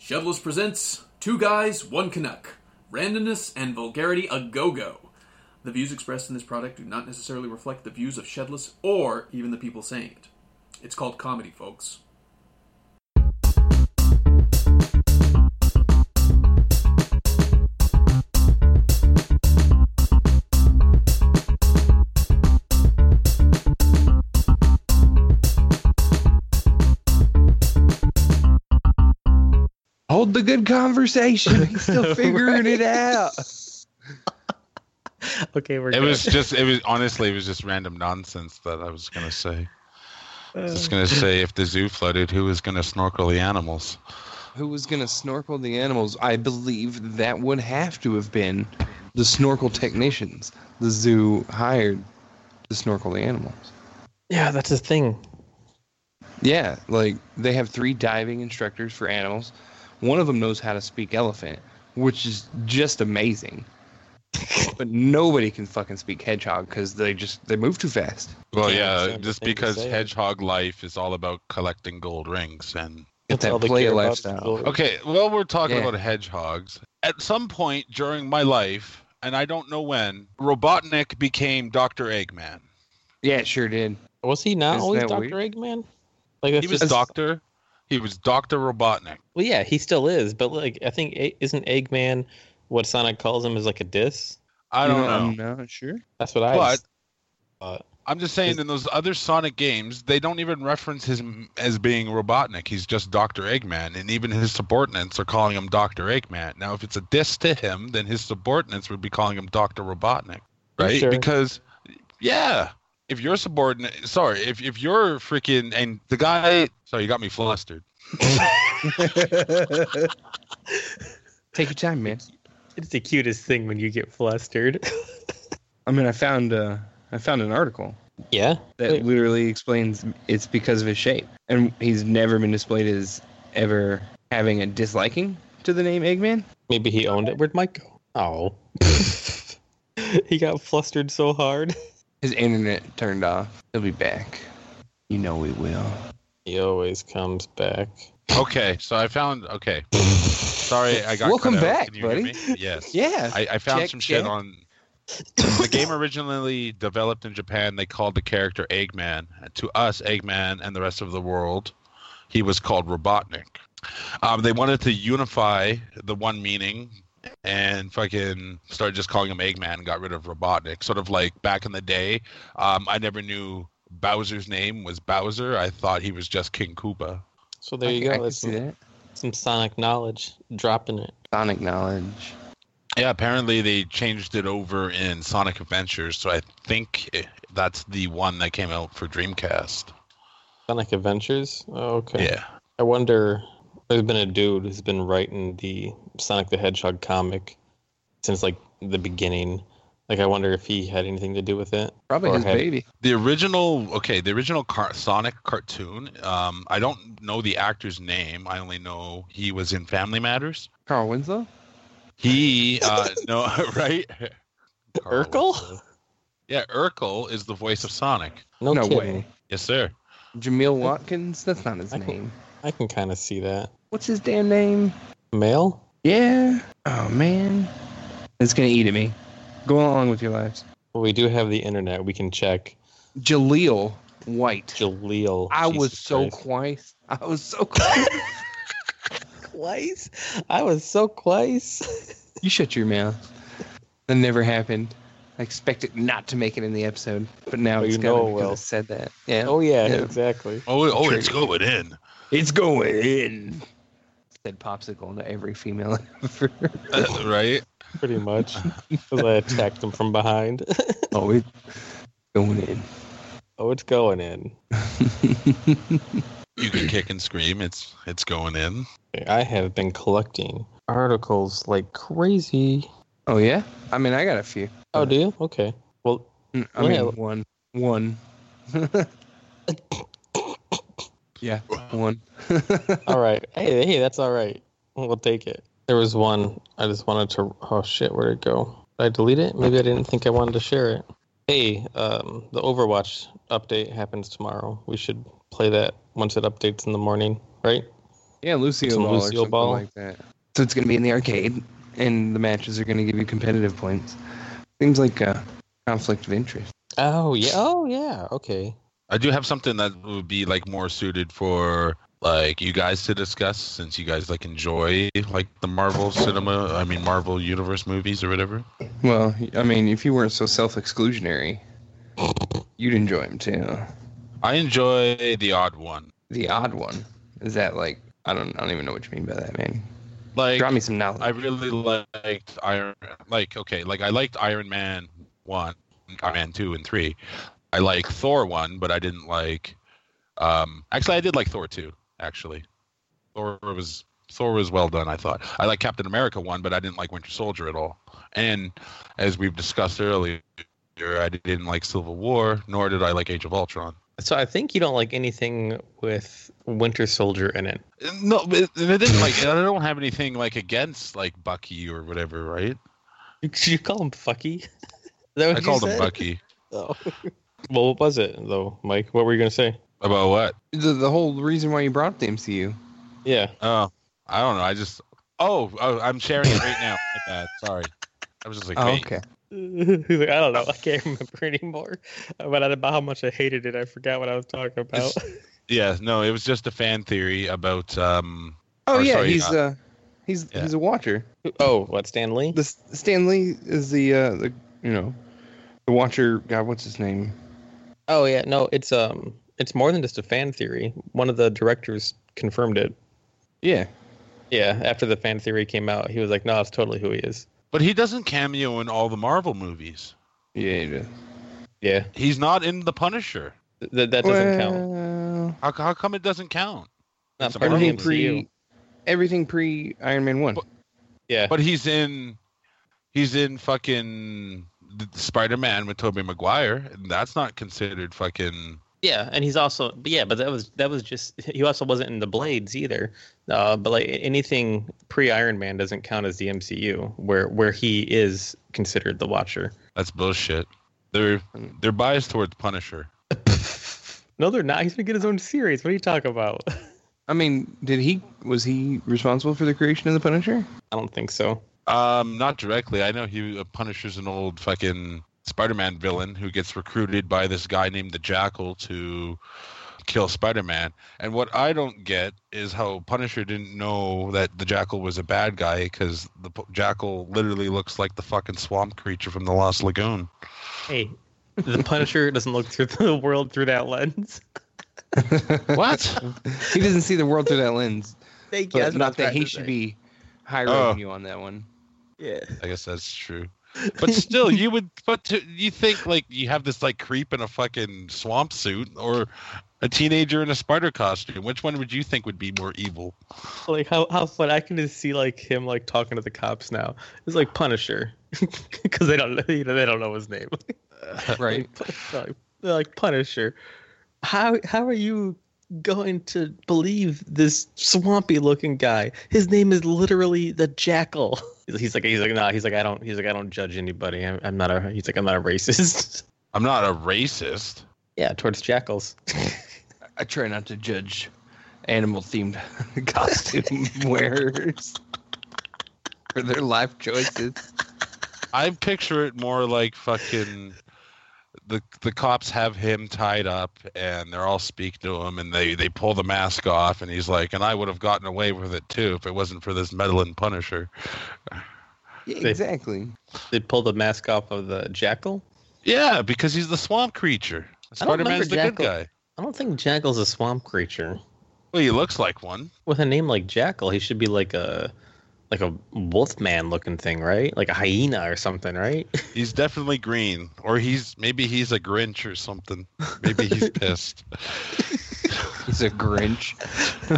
Shevless presents Two Guys, One Canuck Randomness and Vulgarity a Go Go. The views expressed in this product do not necessarily reflect the views of Shedless or even the people saying it. It's called comedy, folks. Hold the good conversation. He's still figuring it out. Okay, we're It good. was just it was honestly it was just random nonsense that I was gonna say. I Uh, was just gonna say if the zoo flooded, who was gonna snorkel the animals? Who was going to snorkel the animals? I believe that would have to have been the snorkel technicians. The zoo hired to snorkel the animals. yeah, that's the thing. Yeah, like they have three diving instructors for animals. One of them knows how to speak elephant, which is just amazing. but nobody can fucking speak hedgehog because they just they move too fast. Well, Yeah, yeah, sounds just the thing to because say. hedgehog life is all about collecting gold rings and It's That's all that they player care about is lifestyle. gold. okay, well we're talking Yeah. about hedgehogs. At some point during my life, and I don't know when, Robotnik became Doctor Eggman. Yeah, it sure did. Was he not Isn't always that Doctor weird? Eggman? Like that's He was just, Doctor. He was Doctor Robotnik. well, yeah, he still is. But like, I think E- isn't Eggman what Sonic calls him is like a diss. I don't know. I'm not sure. That's what I. But- uh, I'm just saying, in those other Sonic games, they don't even reference him as being Robotnik. He's just Doctor Eggman, and even his subordinates are calling him Doctor Eggman. Now, if it's a diss to him, then his subordinates would be calling him Doctor Robotnik, You right? sure? Because, yeah, if your subordinate, sorry, if if you're freaking and the guy, sorry, you got me flustered. Take your time, man. it's the cutest thing when you get flustered. I mean, I found uh, I found an article yeah, that Wait. literally explains it's because of his shape, and he's never been displayed as ever having a disliking to the name Eggman. maybe he owned it. Where'd Mike go? Oh, he got flustered so hard. His internet turned off. He'll be back. You know we will. He always comes back. Okay, so I found. Okay, sorry, I got. Welcome cut out. back, Can you hear buddy. me? Yes. Yeah. I, I found Check, some shit check. on the game originally developed in Japan. They called the character Eggman. To us, Eggman and the rest of the world, he was called Robotnik. Um, they wanted to unify the one meaning and fucking started just calling him Eggman and got rid of Robotnik. Sort of like back in the day, um, I never knew Bowser's name was Bowser. I thought he was just King Koopa. So there I you can- I go. can That's see some, that. some Sonic knowledge dropping it. Sonic knowledge. Yeah, apparently they changed it over in Sonic Adventures, so I think it- that's the one that came out for Dreamcast. Sonic Adventures. Oh, okay. Yeah. I wonder. There's been a dude who's been writing the Sonic the Hedgehog comic since like the beginning. Like, I wonder if he had anything to do with it. Probably Or his had- baby. The original, okay, the original car- Sonic cartoon, um, I don't know the actor's name. I only know he was in Family Matters. Carl Winslow. He, uh, no, right? Carl Urkel? Yeah, Urkel is the voice of Sonic. No, No kidding. way. Yes, sir. Jameel Watkins. That's not his I can- name. I can kind of see that. What's his damn name? Male? Yeah. Oh man. It's gonna eat at me. Go along with your lives. Well, we do have the internet. We can check. Jaleel White. Jaleel. I was Jesus so Christ. close. I was so close. close. I was so close. you shut your mouth. That never happened. I expect it not to make it in the episode, but now But it's you know going it because will. I said that. Yeah, oh yeah, Yeah. exactly. Oh, oh, it's going in. it's going in. Said popsicle to every female ever. right? Pretty much. 'Cause I attacked him from behind. oh, it's going in. oh, it's going in. You can kick and scream. It's it's going in. I have been collecting articles like crazy. Oh yeah. I mean, I got a few. Oh, do you? Okay. Well, Mm, I Yeah. mean, one, one. yeah, one. all right. Hey, hey, that's all right. We'll take it. There was one I just wanted to. Oh shit, where'd it go? Did I delete it? Maybe I didn't think I wanted to share it. Hey, um, the Overwatch update happens tomorrow. We should play that once it updates in the morning, right? Yeah, Lucio Some Ball or Lucio something Ball. like that. So it's going to be in the arcade, and the matches are going to give you competitive points. Seems like a conflict of interest. Oh yeah. Oh yeah. Okay. I do have something that would be like more suited for like you guys to discuss since you guys like enjoy like the Marvel cinema, I mean Marvel universe movies or whatever. Well, I mean, if you weren't so self-exclusionary, you'd enjoy them too. I enjoy the odd one. The odd one is that like I don't I don't even know what you mean by that, man. Like Draw me some knowledge. I really liked Iron like okay, like I liked Iron Man 1, Iron Man 2 and 3. I like Thor 1, but I didn't like um actually I did like Thor 2 actually. Thor was Thor was well done, I thought. I like Captain America 1, but I didn't like Winter Soldier at all. And as we've discussed earlier, I didn't like Civil War, nor did I like Age of Ultron. So I think you don't like anything with Winter Soldier in it. No, but it it didn't like I don't have anything like against like Bucky or whatever, right? Did you call him Fucky? Is that what I you called him said? Bucky. Oh. well, what was it though, Mike? What were you gonna say? About what? the, the whole reason why you brought up the MCU. Yeah. Oh, I don't know. I just. Oh, oh I'm sharing it right now. My bad. Sorry. I was just like, Oh, wait. okay. He's like, I don't know. I can't remember anymore. Uh, But I, about how much I hated it, I forgot what I was talking about. Yeah, no, it was just a fan theory about. um Oh Or yeah, sorry, he's uh, uh, he's yeah. he's a watcher. oh, what Stan Lee? The Stanley is the uh, the you know, the watcher. God, what's his name? Oh yeah, no, it's um, it's more than just a fan theory. One of the directors confirmed it. Yeah, Yeah, after the fan theory came out, he was like, "No, it's totally who he is." But he doesn't cameo in all the Marvel movies. yeah, he does. Yeah, He's not in The Punisher. th- th- that doesn't count. Well, How, how come it doesn't count? Not it's a part of the Everything Marvel pre, MCU. everything pre Iron Man one. But- Yeah, But he's in. He's in fucking Spider Man with Tobey Maguire. And that's not considered fucking. yeah, and he's also, but yeah, but that was that was just he also wasn't in the Blades either. Uh, but like anything pre Iron Man doesn't count as the MCU, where where he is considered the Watcher. That's bullshit. They're they're biased towards Punisher. No, they're not. He's gonna get his own series. What are you talking about? I mean, did he was he responsible for the creation of the Punisher? I don't think so. Um, not directly. I know he uh, punishes an old fucking Spider-Man villain who gets recruited by this guy named the Jackal to kill Spider-Man. And what I don't get is how Punisher didn't know that the Jackal was a bad guy because the p- Jackal literally looks like the fucking swamp creature from the Lost Lagoon. Hey, the Punisher doesn't look through the world through that lens. What? he doesn't see the world through that lens. Thank But not that he should be high Oh. rating you on that one. Yeah. I guess that's true. But still, you would. But to, you think like you have this like creep in a fucking swamp suit or a teenager in a spider costume. Which one would you think would be more evil? Like how how fun I can just see like him like talking to the cops now. It's like Punisher because they don't you know they don't know his name. Right. Like, they're like Punisher. How how are you going to believe this swampy looking guy? His name is literally the Jackal. He's like he's like nah. He's like I don't he's like I don't judge anybody. I'm, I'm not a he's like I'm not a racist. I'm not a racist. yeah, towards jackals. I try not to judge animal themed costume wearers for their life choices. I picture it more like fucking the the cops have him tied up and they're all speak to him and they they pull the mask off and he's like, and I would have gotten away with it too if it wasn't for this meddling Punisher. Yeah, They- exactly. they pulled the mask off of the jackal. Yeah, because he's the swamp creature. I don't Spider Man's the remember good guy. I don't think Jackal's a swamp creature. Well, he looks like one. With a name like Jackal, he should be like a like a wolfman looking thing, right? Like a hyena or something, right? He's definitely green, or he's maybe he's a Grinch or something. Maybe he's pissed. He's a Grinch.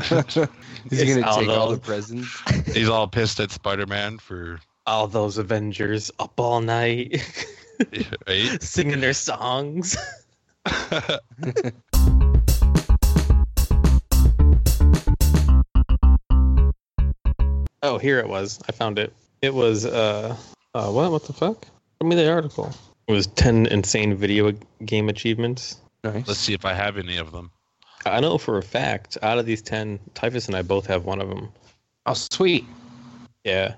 He's It's gonna take all Aldo. the presents. he's all pissed at Spider-Man for All those Avengers up all night right? singing their songs. oh, here it was. I found it. It was uh, uh what? What the fuck? Give me the article. It was ten insane video game achievements. Nice. Let's see if I have any of them. I know for a fact, out of these 10, Typhus and I both have one of them. Oh, sweet. Yeah.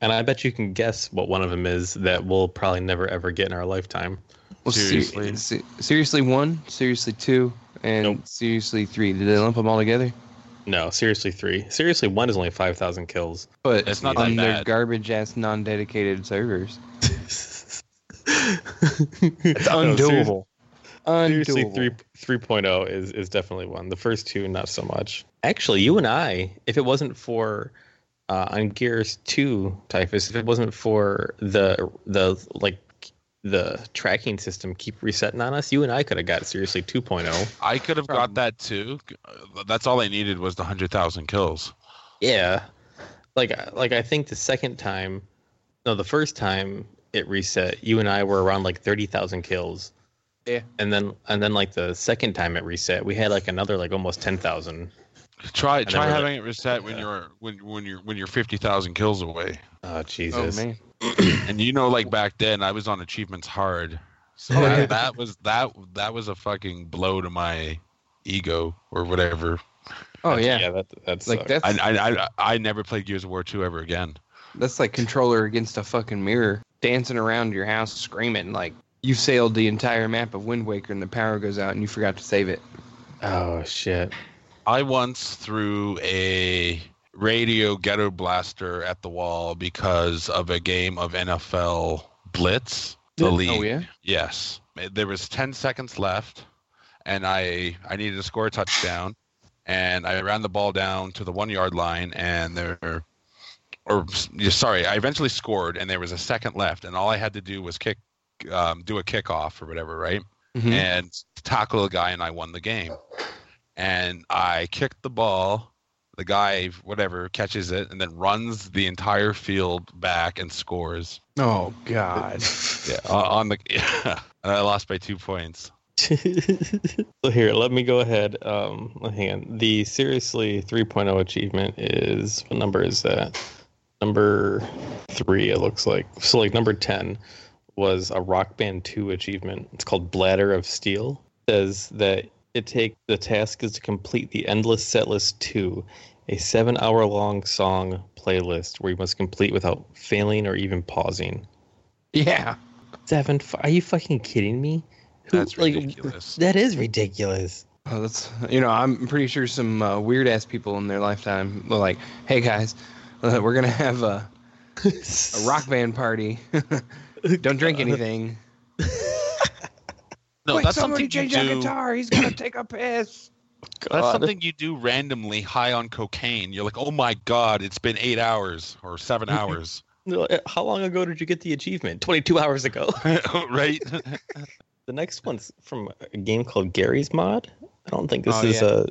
And I bet you can guess what one of them is that we'll probably never ever get in our lifetime. Well, seriously, Seriously. se- seriously one, seriously two, and Nope. seriously three. Did they lump them all together? No, seriously, three. Seriously, one is only 5,000 kills. But It's not on that their bad. garbage ass non-dedicated servers, it's it's undoable. undoable. Oh, Seriously, three three point oh is is definitely one. The first two, not so much. Actually, you and I, if it wasn't for uh, on Gears Two Typhus, if it wasn't for the the like the tracking system keep resetting on us, you and I could have got seriously oh. 2.0. I could have got that too. Uh, That's all I needed was the hundred thousand kills. Yeah, like uh, like I think the second time, no, the first time it reset, you and I were around like thirty thousand kills. Yeah. and then and then like the second time it reset, we had like another like almost ten thousand. Try then try we're having it reset when you're when when you're when you're fifty thousand kills away. Oh Oh Jesus! man, And you know, like back then, I was on achievements hard, so Oh, that, yeah. that was that that was a fucking blow to my ego or whatever. oh yeah, yeah, that that's like that's I I I, I never played Gears of War two ever again. that's like controller against a fucking mirror, dancing around your house, screaming like you sailed the entire map of Wind Waker, and the power goes out, and you forgot to save it. Oh shit! I once threw a radio ghetto blaster at the wall because of a game of NFL Blitz. The league. Oh yeah, Yes. Eh, There was 10 seconds left and I I needed to score a touchdown and I ran the ball down to the 1-yard line and there or yeah, sorry, I eventually scored and there was a second left and all I had to do was kick um, do a kickoff or whatever, right? Mhm. And tackle a guy and I won the game. And I kicked the ball the guy, whatever, catches it and then runs the entire field back and scores. Oh god. Yeah, on on the and I lost by two points. so here, let me go ahead. Um, hang on. The seriously 3.0 achievement is what number is that? Number three, it looks like. So like number ten was a Rock Band 2 achievement. It's called Bladder of Steel. It says that it take the task is to complete the Endless Setlist 2, a seven-hour-long song playlist where you must complete without failing or even pausing. yeah. Seven? f- Are you fucking kidding me? Who- That's like, ridiculous. That is ridiculous. Oh, that's you know I'm pretty sure some uh, weird ass people in their lifetime were like, "Hey guys, uh, we're gonna have a, a rock band party. Don't drink Uh, anything. No, that's something you do. He's gonna take a piss." That's something you do randomly, high on cocaine. You're like, oh my god, it's been eight hours or seven hours, uh, How long ago did you get the achievement? 22 hours ago. right? the next one's from a game called Gary's Mod. I don't think this Oh, is yeah.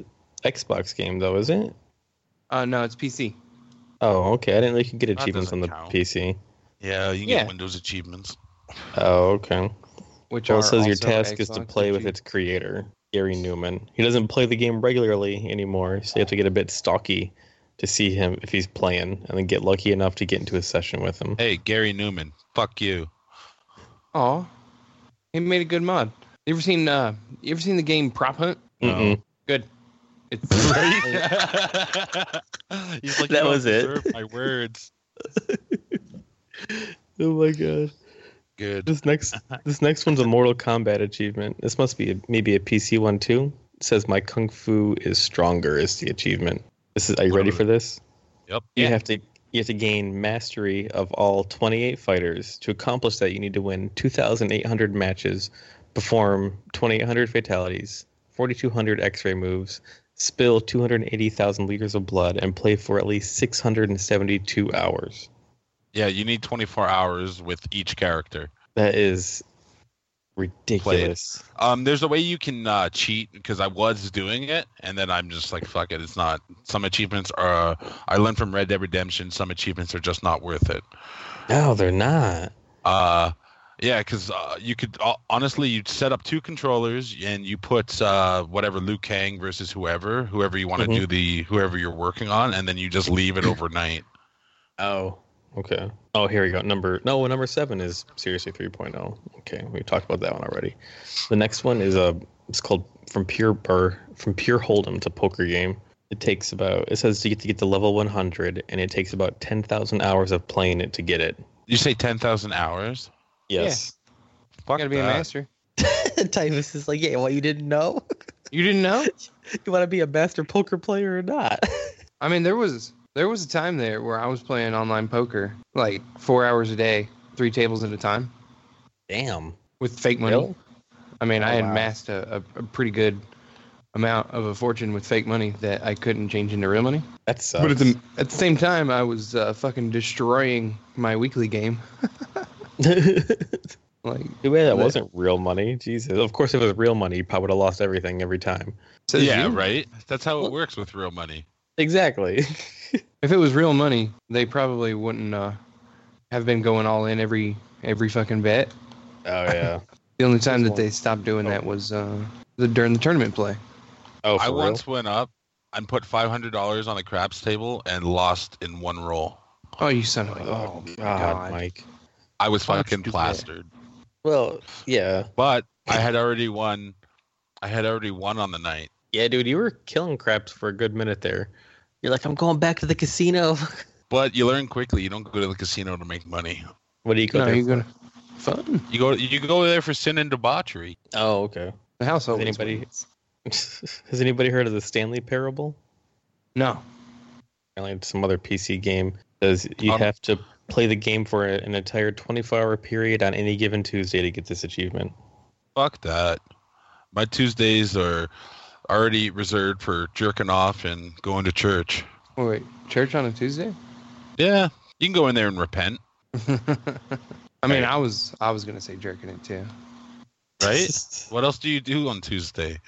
a Xbox game, though, is it? Uh, no, it's PC. Oh, okay. I didn't know you could get That achievements on doesn't the count. PC. Yeah, you can Yeah. get Windows achievements. Oh, okay. Which Well, it are says your also task is to Xbox play with achieve- its creator, Gary Newman. He doesn't play the game regularly anymore, so you have to get a bit stalky to see him if he's playing, and then get lucky enough to get into a session with him. Hey, Gary Newman, fuck you. Aw, he made a good mod. You ever seen uh, you ever seen the game Prop Hunt? Mm-mm. Good. It's He's like, That "You was it." deserve My words. Oh my god. Good. This next this next one's a Mortal Kombat achievement. This must be a, maybe a PC one too. It says my kung fu is stronger is the achievement. This is are you ready for this? Yep. You Yeah. have to you have to gain mastery of all 28 fighters. To accomplish that, you need to win 2,800 matches, perform 2,800 fatalities, 4,200 X-ray moves, spill 280,000 liters of blood, and play for at least 672 hours. Yeah, you need 24 hours with each character. That is ridiculous. Um, there's a way you can uh, cheat because I was doing it, and then I'm just like, fuck it, it's not. Some achievements are. I learned from Red Dead Redemption. Some achievements are just not worth it. No, they're not. Uh, yeah, because uh, you could uh, honestly, you set up two controllers and you put uh, whatever Liu Kang versus whoever, whoever you want to Mhm. do the whoever you're working on, and then you just leave it overnight. Oh. Okay. Oh, here we go. Number no, oh. number seven is seriously 3.0. Okay, we talked about that one already. The next one is a It's called from pure burr from pure hold'em to poker game. It takes about it says you get to get to level 100, and it takes about 10,000 hours of playing it to get it. You say ten thousand hours? Yes. You Fuck gotta be a that. master. Tyvus is like, yeah, well, you didn't know. You didn't know? you want to be a master poker player or not? I mean, there was there was a time there where I was playing online poker like four hours a day, three tables at a time Damn. with fake money. Really? I mean, I Oh, had wow. amassed a, a, a pretty good amount of a fortune with fake money that I couldn't change into real money. That sucks. But at the at the same time, I was uh, fucking destroying my weekly game. Like Too bad that But- wasn't real money. Jesus. Of course, if it was real money, you probably would have lost everything every time. says yeah, you. right. That's how Well- it works with real money. Exactly. If it was real money, they probably wouldn't uh, have been going all in every every fucking bet. Oh yeah. The only time that one. they stopped doing Oh. that was uh, the during the tournament play. Oh, for I real? once went up and put five hundred dollars on the craps table and lost in one roll. Oh, you son of a! Oh God, Mike. I was Fuck fucking you, yeah. plastered. Well, yeah, But I had already won. I had already won on the night. yeah, dude, you were killing craps for a good minute there. You're like, I'm going back to the casino. But you learn quickly. You don't go to the casino to make money. what do you go No, there? you're gonna fun. You go. You go there for sin and debauchery. Oh, okay. The house always anybody- wins. Has anybody heard of the Stanley Parable? No, Apparently, it's some other PC game. Does you Um, have to play the game for a- an entire 24-hour period on any given Tuesday to get this achievement? Fuck that. My Tuesdays are already reserved for jerking off and going to church. oh, wait, church on a Tuesday. Yeah, you can go in there and repent, I mean, I was I was gonna say jerking it too. right? what else do you do on Tuesday?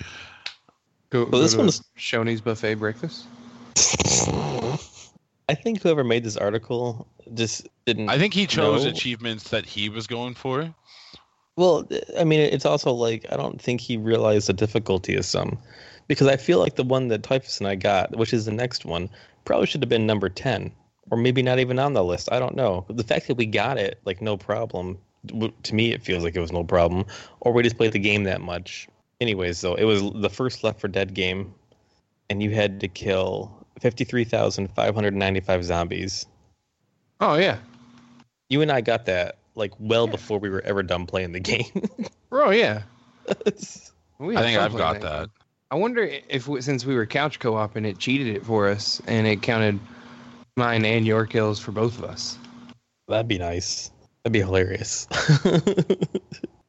Go, go this to one's- Shoney's buffet breakfast. I think whoever made this article just didn't. I think he chose Mm. No. achievements that he was going for. well, I mean, it's also like I don't think he realized the difficulty of some, because I feel like the one that Typhus and I got, which is the next one, probably should have been number ten, or maybe not even on the list. I don't know. But the fact that we got it like no problem, w- to me, it feels like it was no problem, or we just played the game that much. Anyways, though, it was the first Left for Dead game, and you had to kill fifty-three thousand five hundred ninety-five zombies. Oh yeah, You and I got that like well before we were ever done playing the game. oh yeah. We I had think fun I've playing got that. I wonder if we- since we were couch co-op and it cheated it for us and it counted mine and your kills for both of us. That'd be nice. That'd be hilarious.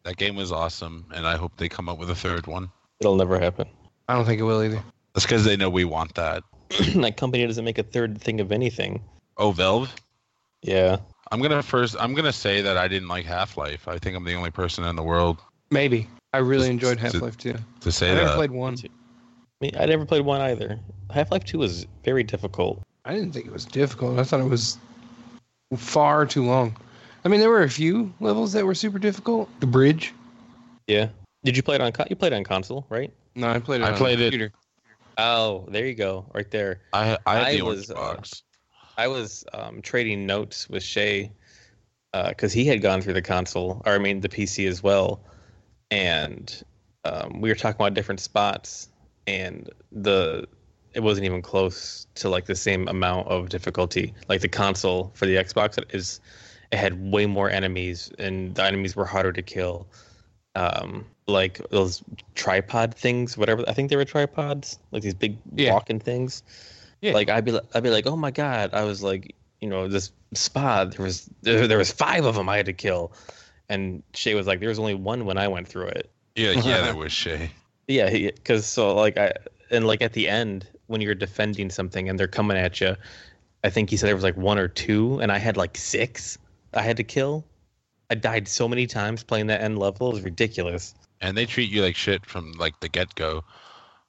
That game was awesome, and I hope they come up with a third one. It'll never happen. I don't think it will either. That's because they know we want that. that company doesn't make a third thing of anything. Oh, Valve. Yeah. I'm gonna first. I'm gonna say that I didn't like Half Life. I think I'm the only person in the world Maybe. I really Just- enjoyed just- Half Life 2. to say I never that. played one. I mean, I never played one either. Half Life 2 was very difficult. I didn't think it was difficult. I thought it was far too long. I mean, there were a few levels that were super difficult. The bridge. Yeah. Did you play it on co- you played it on console, right? No, I played it. I on played the it- computer. Oh, there you go. Right there. I I had I the orange was, uh, box. I was um, trading notes with Shay because he had gone through the console, or I mean the PC as well, and um, we were talking about different spots, and the it wasn't even close to like the same amount of difficulty. Like the console for the Xbox is, it had way more enemies, and the enemies were harder to kill. Um, like those tripod things, whatever. I think they were tripods, like these big Yeah. walking things. Yeah. Like I'd be li- I'd be like, oh my god! I was like, you know, this spa there was there, there was five of them I had to kill, and Shay was like, there was only one when I went through it. Yeah, yeah, there was Shay. Yeah, because so like I and like at the end when you're defending something and they're coming at you, I think he said there was like one or two, and I had like six I had to kill. I died so many times playing that end level. It was ridiculous. And they treat you like shit from like the get go.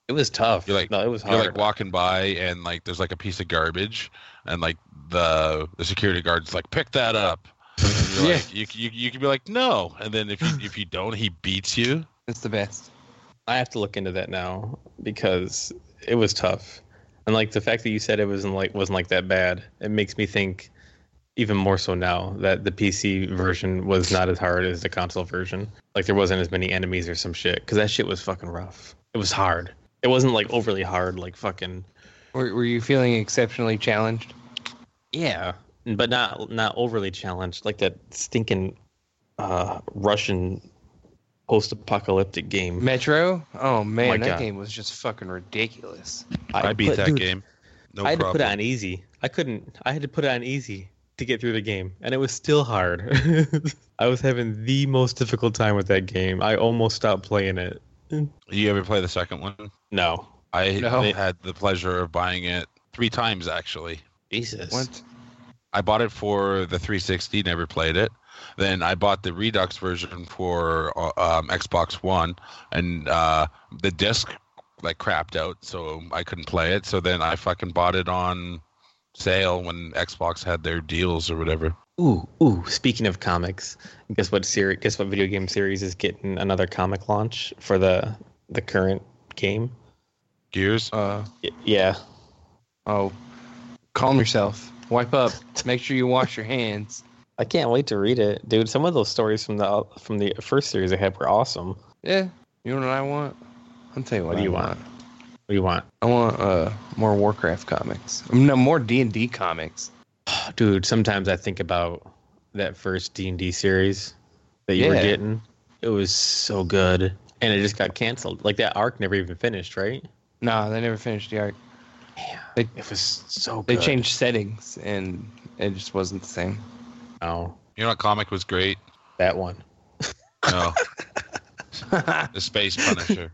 It was tough. You're like- no, it was You're hard. like walking by, and like there's like a piece of garbage, and like the the security guard's like, pick that up. And you're Yeah. like, you, you you can be like, no, and then if you, if you don't, he beats you. It's the best. I have to look into that now because it was tough, and like the fact that you said it wasn't like wasn't like that bad, it makes me think even more so now that the PC version was not as hard as the console version. Like there wasn't as many enemies or some shit because that shit was fucking rough. It was hard. It wasn't like overly hard, like fucking Were, were you feeling exceptionally challenged? yeah, but not not overly challenged like that stinking uh, Russian post-apocalyptic game. Metro? Oh man, my that God. game was just fucking ridiculous. I, beat put- that dude, game. No I had problem. to put it on easy. I couldn't. I had to put it on easy to get through the game, and it was still hard. I was having the most difficult time with that game. I almost stopped playing it. you ever play the second one? No, I No. had the pleasure of buying it three times actually. Jesus. What? I bought it for the 360, never played it. Then I bought the Redux version for uh, um, Xbox One, and uh, the disc like crapped out, so I couldn't play it. So then I fucking bought it on sale when Xbox had their deals or whatever. Ooh, ooh. Speaking of comics, guess what? Series? Guess what? Video game series is getting another comic launch for the the current game. Gears. Uh Y- yeah. oh. Calm yourself. Wipe up. Make sure you wash your hands. I can't wait to read it, dude. Some of those stories from the from the first series I had were awesome. What Yeah. You know what I want? I'll tell you what, What do I you want? do you want, I want uh more Warcraft comics. No, more D and D comics. dude? Sometimes I think about that first D and D series that you were Yeah. getting. It was so good, and it just got canceled. Like that arc never even finished, right? No, they never finished the arc. Yeah. They- It was so They good. changed settings and it just wasn't the same. Oh, You know, what comic was great. that one. No, the Space Punisher.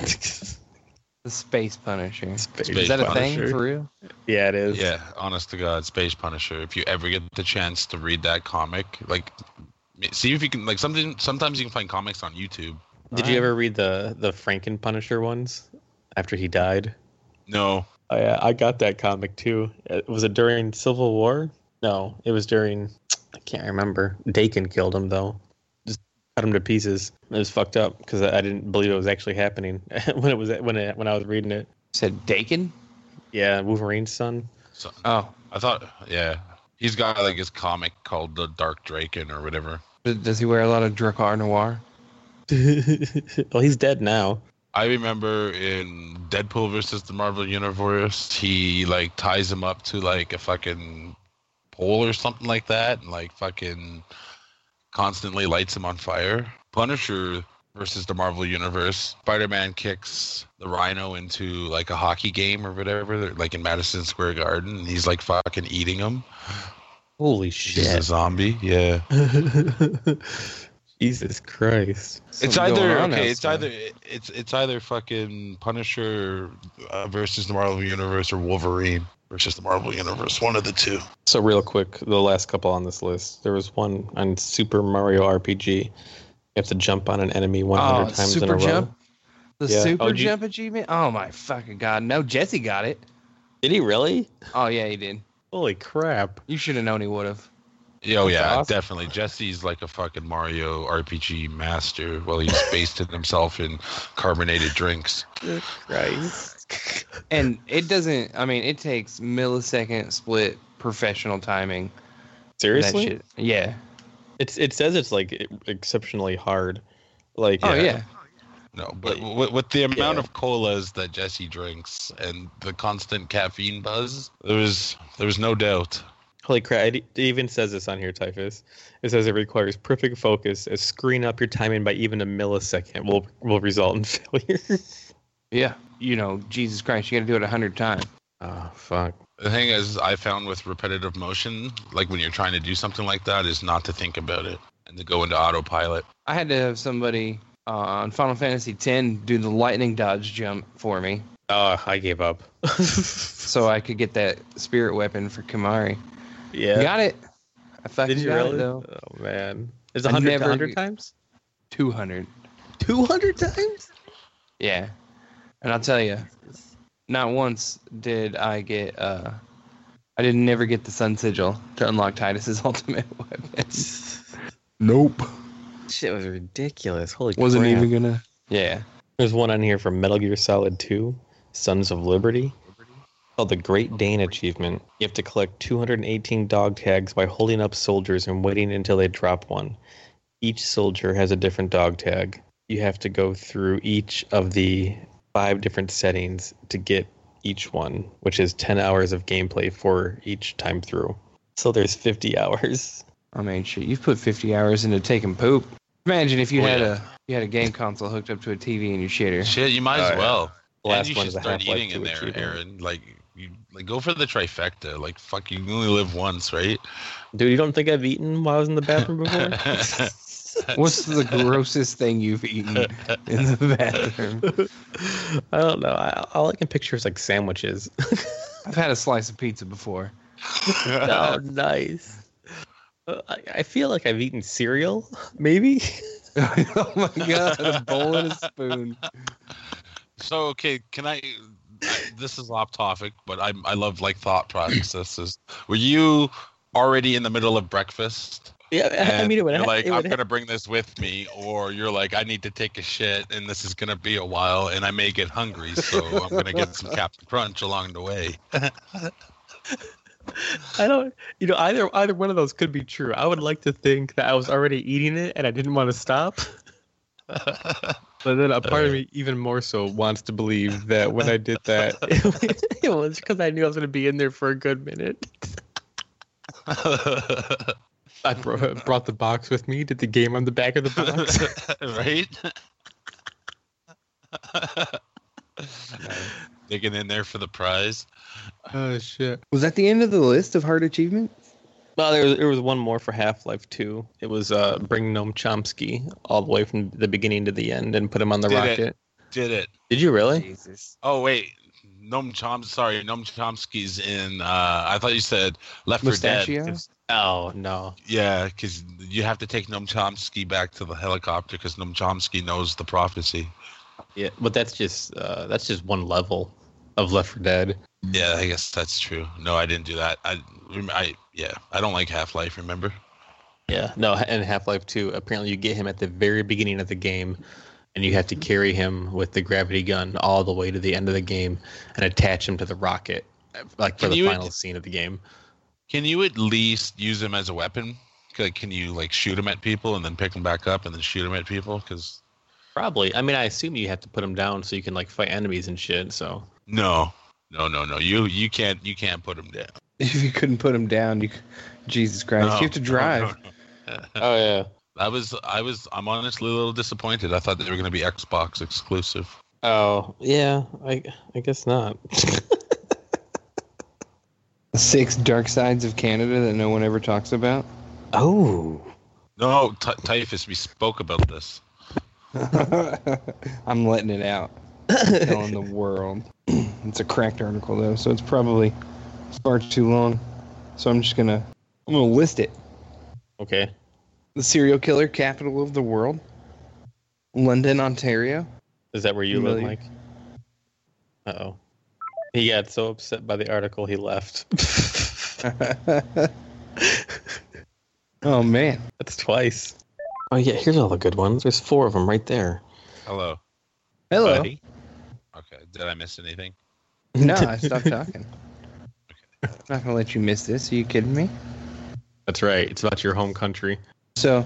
The Space Punisher. Space Is that a Punisher. thing for real? Yeah, it is. Yeah, honest to God, Space Punisher. If you ever get the chance to read that comic, like, see if you can. Like, something. Sometimes you can find comics on YouTube. Did you ever read the the Franken Punisher ones after he died? No, Oh, yeah, I got that comic too. Uh, Was it during Civil War? No, it was during. I can't remember. Dakin killed him though. Just cut him to pieces. It was fucked up because I I didn't believe it was actually happening when it was when it when I was reading it. Said Dakin? Yeah, Wolverine's son. So, Oh, I thought, yeah, he's got like his comic called the Dark Draken or whatever. but does he wear a lot of Dracar Noir? well, he's dead now. I remember in Deadpool versus the Marvel Universe, he like ties him up to like a fucking pole or something like that, and like fucking constantly lights him on fire. Punisher versus the Marvel Universe, Spider-Man kicks the Rhino into like a hockey game or whatever, like in Madison Square Garden, and he's like fucking eating him. Holy He's a shit! zombie, yeah. Jesus Christ! It's Something going either on okay. It's outside. either it's it's either fucking Punisher uh, versus the Marvel Universe or Wolverine versus the Marvel Universe. One of the two. So real quick, the last couple on this list. There was one on Super Mario RPG. You have to jump on an enemy 100 Oh, times in super a row. jump. The Yeah. super Oh, did you- jump achievement? Oh my fucking god. No, Jesse got it. Did he really? Oh yeah, he did. Holy crap! You should have known he would have. Yeah, oh, That's yeah, awesome. definitely. Jesse's like a fucking Mario RPG master. Well, he's basted himself in carbonated drinks. Christ. And it doesn't I mean, it takes millisecond split professional timing. for That Seriously? shit. Yeah. It's it says it's like exceptionally hard. Like Oh yeah. No, but with, with the amount Yeah. of colas that Jesse drinks and the constant caffeine buzz, there was there was no doubt. Holy crap! It it even says this on here, Typhus. It says it requires perfect focus. A screen up your timing by even a millisecond will will result in failure. Yeah. You know, Jesus Christ, you gotta do it a hundred times. oh fuck! The thing is, I found with repetitive motion, like when you're trying to do something like that, is not to think about it and to go into autopilot. I had to have somebody uh, on Final Fantasy X do the lightning dodge jump for me Oh, I gave up. so I could get that spirit weapon for Kamari. yeah. Got it. I fucking Did you got really? it though. Oh man, is I a hundred never- 100 times? Two hundred. Two hundred times? Yeah. And I'll tell you, not once did I get uh I didn't never get the sun sigil to unlock Titus's ultimate weapon. Nope. Shit was ridiculous. Holy Wasn't crap. even gonna Yeah. There's one on here from Metal Gear Solid Two, Sons of Liberty. called the Great Dane achievement. You have to collect 218 dog tags by holding up soldiers and waiting until they drop one. Each soldier has a different dog tag. You have to go through each of the five different settings to get each one, which is 10 hours of gameplay for each time through. So there's 50 hours. I mean, shit, you've put 50 hours into taking poop. Imagine if you had a you had a game console hooked up to a TV in your shitter. Shit, you might Oh, as yeah. well. The and last you one should is a start half life eating in there, achievement. Aaron. Like, you, like go for the trifecta. Like, fuck, you only live once, right? Dude, you don't think I've eaten while I was in the bathroom before? What's the grossest thing you've eaten in the bathroom? I don't know. I, all I can picture is like sandwiches. I've had a slice of pizza before. oh, nice. Uh, I, I feel like I've eaten cereal, maybe. oh my god, a bowl and a spoon. So okay, can I? This is off topic, but I I love like thought processes. Were you already in the middle of breakfast? Yeah, I- I and mean, it would, you're ha- like it I'm would ha- gonna bring this with me, or you're like I need to take a shit, and this is gonna be a while, and I may get hungry, so I'm gonna get some Captain Crunch along the way. I don't, you know, either either one of those could be true. I would like to think that I was already eating it and I didn't want to stop. But then a part of me, even more so, wants to believe that when I did that, it was- it was because I knew I was going to be in there for a good minute. I bro- brought the box with me, did the game on the back of the box. right? Digging in there for the prize. oh, shit. Was that the end of the list of hard achievements? Well, there was, there was one more for Half Life 2. It was uh, bring Noam Chomsky all the way from the beginning to the end and put him on the Did it. rocket. Did it. Did you really? Jesus. Oh wait, Noam Chomsky. Sorry, Noam Chomsky's in. Uh, I thought you said Left for Dead. Mustachio? 'cause- Oh, no. Yeah, because you have to take Noam Chomsky back to the helicopter because Noam Chomsky knows the prophecy. Yeah, but that's just uh, that's just one level of Left 4 Dead. Yeah, I guess that's true. No, I didn't do that. I, rem- I yeah, I don't like Half Life. Remember? Yeah, no, and Half Life 2, apparently you get him at the very beginning of the game, and you have to carry him with the gravity gun all the way to the end of the game and attach him to the rocket, like for Can the you- final scene of the game. Can you at least use him as a weapon? Like, can you like shoot him at people and then pick him back up and then shoot him at people? Because Probably. I mean, I assume you have to put him down so you can like fight enemies and shit. So no, no, no, no. You you can't you can't put him down. If you couldn't put him down, you, c- Jesus Christ, No, you have to no, drive. no, no. oh yeah, I was, I was, I'm honestly a little disappointed. I thought they were going to be Xbox exclusive. oh yeah. I I guess not. Six dark sides of Canada that no one ever talks about. oh, No, Ty Typhus, we spoke about this. I'm letting it out, telling the world. It's a cracked article though, so it's probably far too long. So I'm just gonna, I'm gonna list it. okay. The serial killer capital of the world, London, Ontario. Is that where you live, Really? Mike? Uh oh. He got so upset by the article he left. oh man, That's twice. Oh yeah, here's all the good ones. There's four of them right there. Hello. hello. buddy. Okay, did I miss anything? No, I stopped talking. Not gonna let you miss this. Are you kidding me? That's right. It's about your home country. So,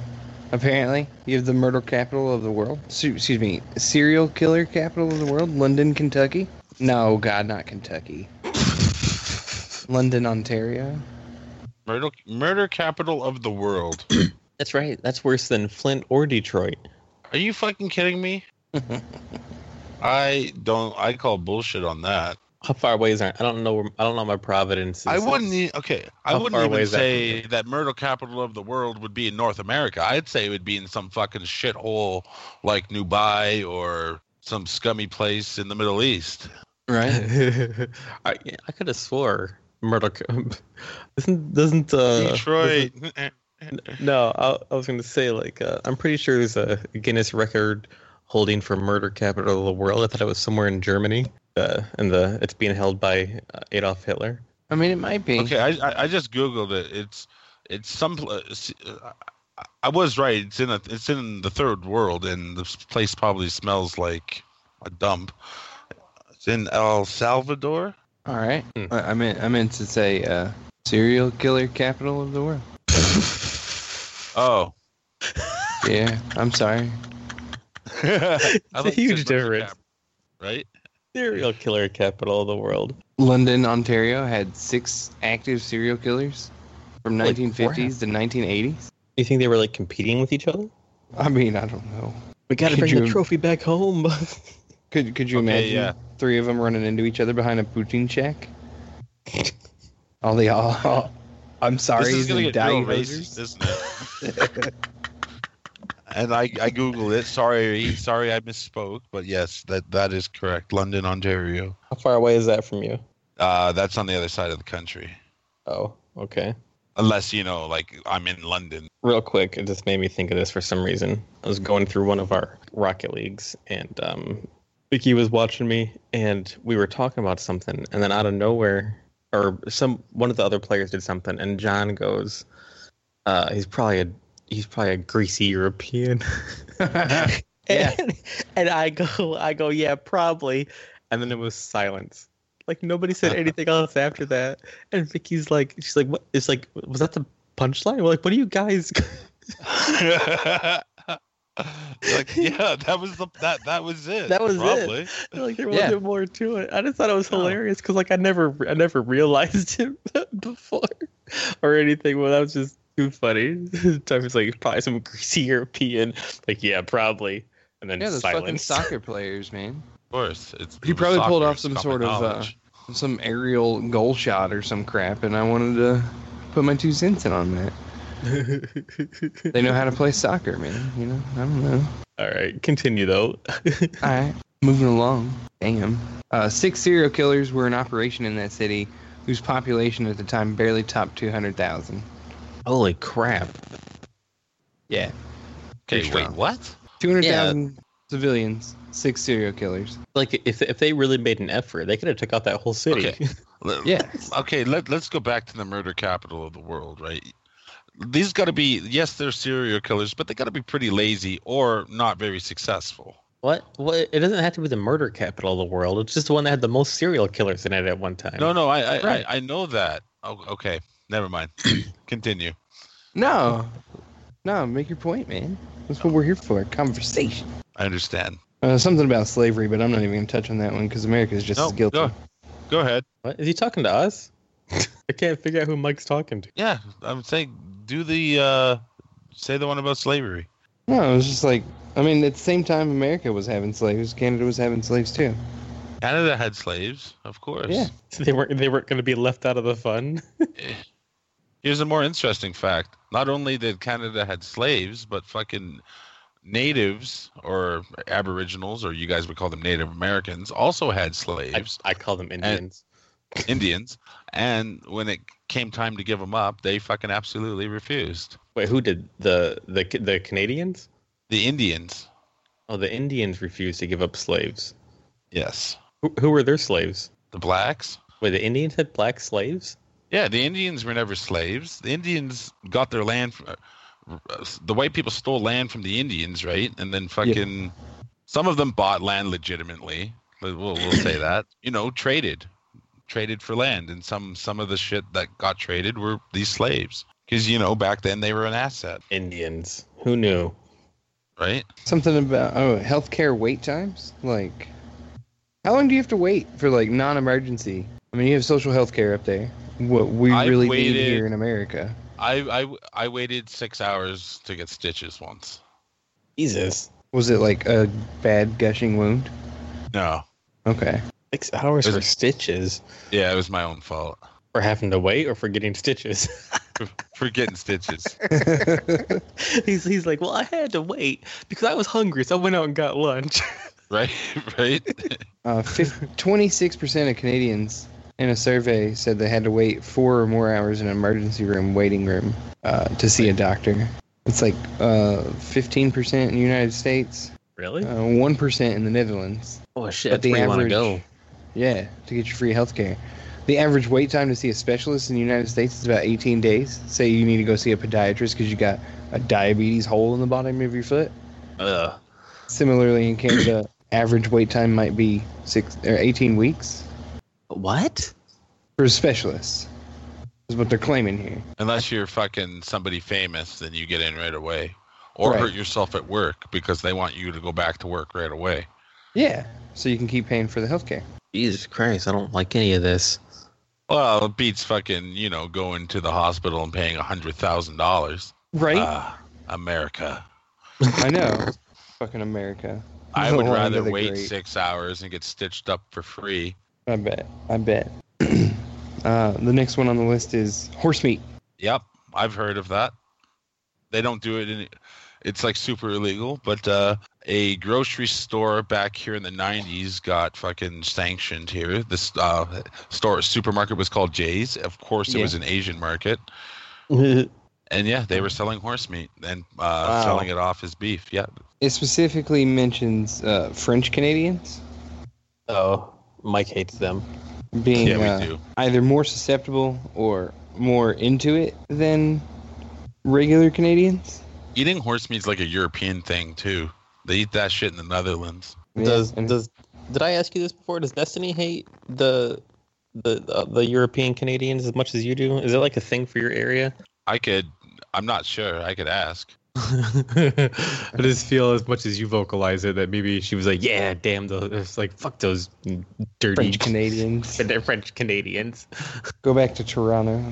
apparently, you have the murder capital of the world. Se- excuse me, serial killer capital of the world, London, Kentucky. No, God, not Kentucky. London, Ontario. Murder, murder capital of the world. That's right. That's worse than Flint or Detroit. Are you fucking kidding me? I don't. I call bullshit on that. How far away is that? I don't know. where- I don't know my Providence. I wouldn't. e- Okay, I How wouldn't far even away is that from say here? that, murder capital of the world would be in North America. I'd say it would be in some fucking shithole like Dubai or some scummy place in the Middle East. Right. I, I could have swore Murdoch. Doesn't doesn't uh, Detroit. doesn't- No, I, I was gonna say like uh, I'm pretty sure there's a Guinness record holding for murder capital of the world. I thought it was somewhere in Germany, uh, and the it's being held by uh, Adolf Hitler. I mean, it might be. Okay, I, I I just googled it. It's it's some. pla- it's- uh, I- I was right. It's in a, it's in the third world, and this place probably smells like a dump. It's in El Salvador. All right. Hmm. I, I meant I meant to say uh, serial killer capital of the world. Oh, Yeah, I'm sorry. it's a huge difference. right? Serial killer capital of the world. London, Ontario had six active serial killers from Like, 1950s to 1980s. You think they were like competing with each other? I mean, I don't know. We gotta Could bring the you- trophy back home. Could could you Okay, imagine yeah. three of them running into each other behind a poutine shack? All the all, I'm sorry, this is gonna and get real dying racist, racist. isn't it? and I, I googled it. Sorry, sorry, I misspoke. But yes, that that is correct. London, Ontario. How far away is that from you? Uh, that's on the other side of the country. Oh, okay. Unless you know, like I'm in London. Real quick, it just made me think of this for some reason. I was going through one of our Rocket Leagues, and um, Vicky was watching me, and we were talking about something, and then out of nowhere, or some one of the other players did something, and John goes, uh, "He's probably a he's probably a greasy European." Yeah. And, and I go, I go, yeah, probably. And then it was silence. Like nobody said anything else after that. And Vicky's like, she's like, what? It's like, was that the punchline? We're like, what are you guys? like yeah, that was the that that was it. That was it. probably. like there Yeah. wasn't more to it. I just thought it was No. hilarious because like I never, I never realized it before or anything. Well, that was just too funny. Time's like probably some greasy European. Like yeah, probably. And then Yeah, those fucking silence. soccer players, man. Of course, it's He probably pulled soccer, off it's some common sort of, uh, knowledge. Some aerial goal shot or some crap, and I wanted to put my two cents in on that. They know how to play soccer, man. You know, I don't know. All right, continue though. All right, moving along. Damn. Uh, six serial killers were in operation in that city, whose population at the time barely topped 200,000. Holy crap. Yeah. Okay, pretty wait, strong. what? 200,000 civilians, six serial killers. Like if if they really made an effort, they could have took out that whole city. Okay. Let- Yeah. okay let, let's go back to the murder capital of the world right these got to be yes they're serial killers but they got to be pretty lazy or not very successful What? What? It doesn't have to be the murder capital of the world. It's just the one that had the most serial killers in it at one time. no no i i, Right. I, I know that oh, okay never mind continue No. No, make your point, man. That's what we're here for, conversation. i understand Uh, something about slavery, but I'm not even going to touch on that one because America is just no as guilty. go, go ahead What? Is he talking to us? I can't figure out who Mike's talking to. yeah i'm saying do the uh say the one about slavery No, it was just like, I mean, at the same time America was having slaves, Canada was having slaves too. canada had slaves of course Yeah. So they weren't. They weren't going to be left out of the fun. Here's a more interesting fact. Not only did Canada had slaves, but fucking natives or aboriginals or you guys would call them native americans also had I, slaves I call them Indians. indians and when it came time to give them up they fucking absolutely refused Wait, who did the the the Canadians? the indians Oh, the Indians refused to give up slaves. yes Who, who were their slaves? the blacks Wait, the Indians had black slaves. yeah the indians were never slaves the indians got their land from, the white people stole land from the indians right and then fucking some of them bought land legitimately we'll, we'll say that you know traded traded for land and some some of the shit that got traded were these slaves because you know back then they were an asset Indians. Who knew? right Something about oh healthcare wait times. Like, how long do you have to wait for like non-emergency? I mean, you have social health care up there. What we I've really need waited- here in America. I, I i waited six hours to get stitches once Jesus. Was it like a bad gushing wound? no Okay. Six hours There's- for stitches. yeah it was my own fault For having to wait or for getting stitches? for getting stitches he's he's like, well, I had to wait because I was hungry, so I went out and got lunch. right right Uh, Twenty-six percent of Canadians in a survey said they had to wait four or more hours in an emergency room waiting room uh, to see a doctor. It's like uh, fifteen percent in the United States, uh, Really? one in the Netherlands. oh shit! but That's the where you want to average- go. Yeah, to get your free healthcare. The average wait time to see a specialist in the United States is about 18 days. Say you need to go see a podiatrist because you got a diabetes hole in the bottom of your foot. Ugh. Similarly, in Canada, average wait time might be six or 18 weeks. What? For specialists, is what they're claiming here. Unless you're fucking somebody famous, then you get in right away. Or Right. hurt yourself at work because they want you to go back to work right away. Yeah, so you can keep paying for the healthcare. Jesus Christ, I don't like any of this. Well, it beats fucking, you know, going to the hospital and paying a $100,000. Right? Ah, America. I know. Fucking America. I The would land rather of the wait great. six hours and get stitched up for free. I bet. I bet. uh, the next one on the list is horse meat. Yep, I've heard of that. They don't do it in. It's like super illegal, but uh, a grocery store back here in the '90s got fucking sanctioned here. This uh, store supermarket was called Jay's. Of course, it Yeah. was an Asian market, and yeah, they were selling horse meat and uh, selling it off as beef. Yeah, It specifically mentions uh, French Canadians Oh, Mike hates them. being yeah, we uh, do. either more susceptible or more into it than regular Canadians. Eating horse meat's like a European thing too. They eat that shit in the Netherlands. Yeah, does and- does did I ask you this before? Does Destiny hate the the uh, the European Canadians as much as you do? Is it like a thing for your area? I could. I'm not sure. I could ask. I I just feel as much as you vocalize it that maybe she was like, "Yeah, damn those, it's like fuck those dirty French Canadians they're French Canadians." go back to Toronto.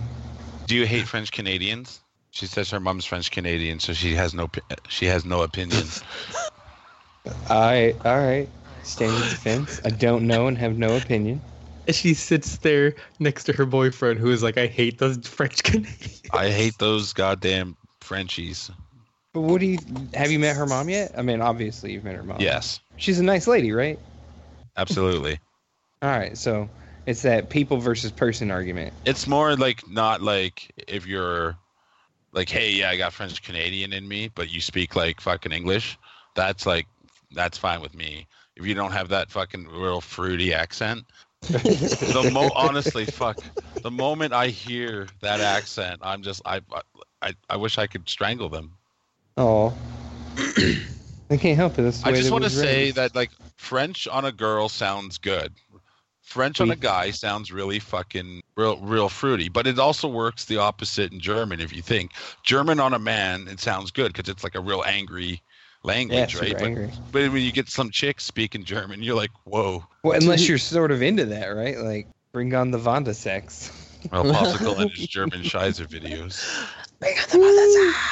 Do you hate French Canadians? She says her mom's French Canadian, so she has no pi- she has no opinion. I all right. Standard defense. I don't know and have no opinion. And she sits there next to her boyfriend, who is like, "I hate those French Canadians." I hate those goddamn Frenchies. But what do you have you met her mom yet? I mean, obviously you've met her mom. Yes, She's a nice lady, right? absolutely. All right, so it's that people versus person argument. It's more like not like if you're like, hey, yeah, I got French Canadian in me, but you speak like fucking English. That's like that's fine with me. If you don't have that fucking real fruity accent, the mo honestly, fuck, the moment I hear that accent, I'm just I I I wish I could strangle them. Oh, I can't help it. That's the I way just they want to was say raised. that like French on a girl sounds good. French on a guy sounds really fucking real, real fruity. But it also works the opposite in German. If you think German on a man, it sounds good because it's like a real angry yeah, language, super right? But, angry. but when you get some chick speaking German, you're like, whoa. Well, unless you're sort of into that, right? Like bring on the Vonda sex. Well, Popsicle and his German Shizer videos.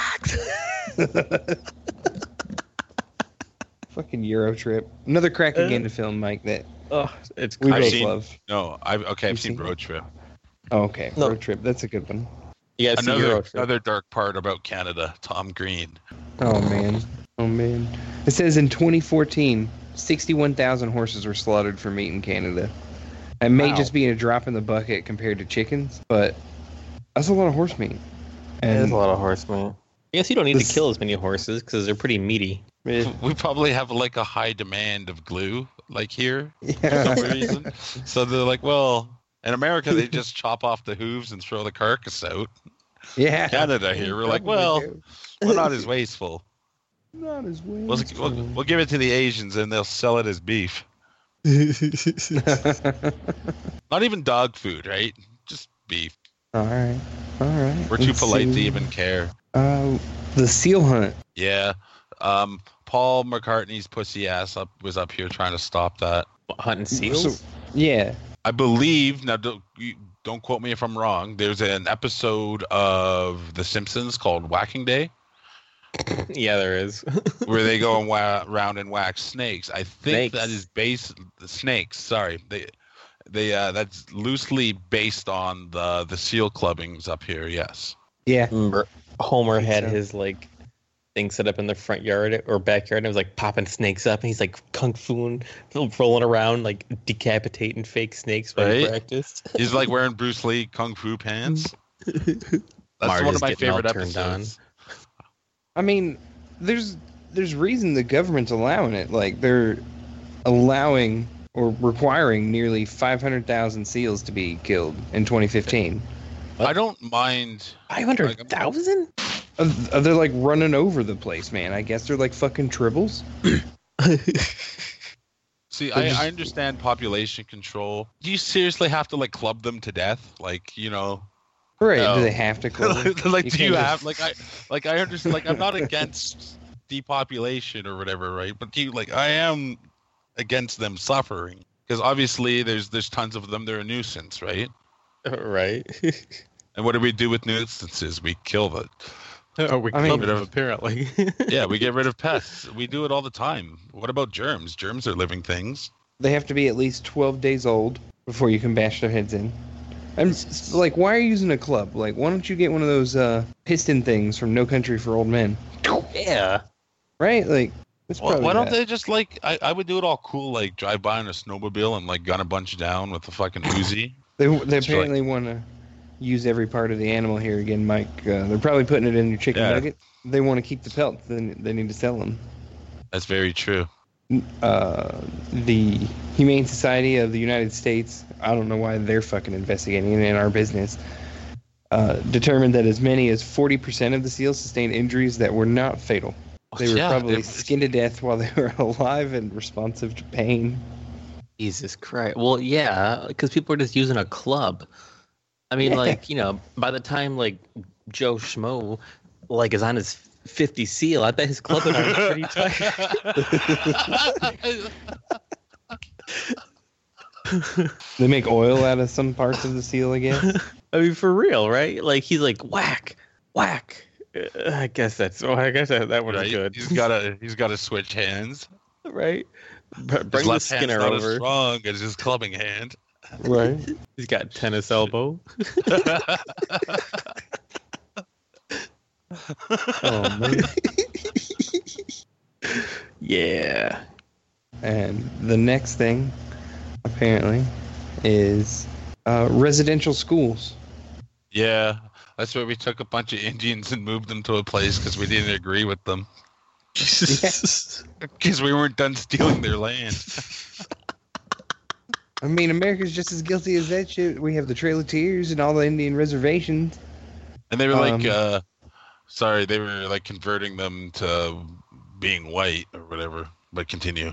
Fucking Euro trip. Another cracking game to film, Mike. That oh, it's we I've both seen- love. No, I've okay. I've You've seen seen Road Trip. Oh, okay, No. road trip. That's a good one. you guys see Euro Another Trip. another dark part about Canada. Tom Green. Oh man. Oh man. It says in 2014, 61,000 horses were slaughtered for meat in Canada. It may just be a drop in the bucket compared to chickens, but that's a lot of horse meat. There's And a lot of horse meat. I guess you don't need This- to kill as many horses because they're pretty meaty. We probably have like a high demand of glue, like here. for yeah, some reason. So they're like, well, in America they just chop off the hooves and throw the carcass out. yeah. Canada here, we're like, well, we're not as wasteful. not as We'll, we'll, we'll give it to the Asians and they'll sell it as beef. Not even dog food, right? Just beef. all right, all right. We're too Let's polite to see. even care. Uh, the seal hunt. Yeah. Um, Paul McCartney's pussy ass up was up here trying to stop that. Hunting seals. So- Yeah, I believe now. Don't, you- don't quote me if I'm wrong. There's an episode of The Simpsons called Whacking Day. yeah, there is. where they go and wa- round and whack snakes. I think that Snakes. is based the snakes. Sorry, they they uh, that's loosely based on the the seal clubbings up here. Yes, yeah. Remember, Homer had so. his like thing set up in the front yard or backyard, and it was like popping snakes up, and he's like kung fuing, rolling around, like decapitating fake snakes while he Right? practiced. he's like wearing Bruce Lee kung fu pants. That's Marge one is of my getting all favorite turned episodes. I mean, there's there's reason the government's allowing it. Like they're allowing or requiring nearly 500,000 seals to be killed in 2015. I don't mind. Five hundred thousand? Uh, uh, they're like running over the place, man. I guess they're like fucking tribbles. See, They're I, just- I understand population control. Do you seriously have to like club them to death? Like, you know, Right? No. Do they have to? close it? like, like, do can't you just- have like I like I understand like I'm not against depopulation or whatever, right? But do you like I am against them suffering because obviously there's there's tons of them. They're a nuisance, right? right? And what do we do with nuisances? We kill them. Oh, we I mean- clubbed them, apparently. Yeah, we get rid of pests. We do it all the time. What about germs? Germs are living things. They have to be at least 12 days old before you can bash their heads in. I'm s- s- like, why are you using a club? Like, why don't you get one of those uh, piston things from No Country for Old Men? yeah. Right? Like, that's Why, probably why don't that. they just like I, I would do it all cool, like drive by on a snowmobile and like gun a bunch down with the fucking Uzi. They, they That's right. apparently want to use every part of the animal here again, Mike. Uh, they're probably putting it in your chicken Yeah. nugget. They want to keep the pelt. Then they need to sell them. That's very true. Uh, the Humane Society of the United States. I don't know why they're fucking investigating it in our business. Uh, determined that as many as 40% of the seals sustained injuries that were not fatal. They were Yeah, probably it- skinned to death while they were alive and responsive to pain. Jesus Christ. Well, yeah, because people are just using a club. I mean, Yeah. like, you know, by the time, like, Joe Schmo, like, is on his 50 seal, I bet his club is pretty tight. They make oil out of some parts of the seal, I guess. I mean, for real, right? Like, he's like, whack, whack. Uh, I guess that's. Oh, I guess that, that one's Right? good. He's gotta he's gotta switch hands. Right? Br- His Bring the left Skinner hand's not as over. strong as his clubbing hand. right. He's got tennis elbow. Oh, man. Yeah. And the next thing, apparently, is uh, residential schools. Yeah. That's where we took a bunch of Indians and moved them to a place because we didn't agree with them. Because we weren't done stealing their land. I mean, America's just as guilty as that shit. We have the Trail of Tears and all the Indian reservations. And they were like, Um, uh, sorry, they were like converting them to being white or whatever. But continue.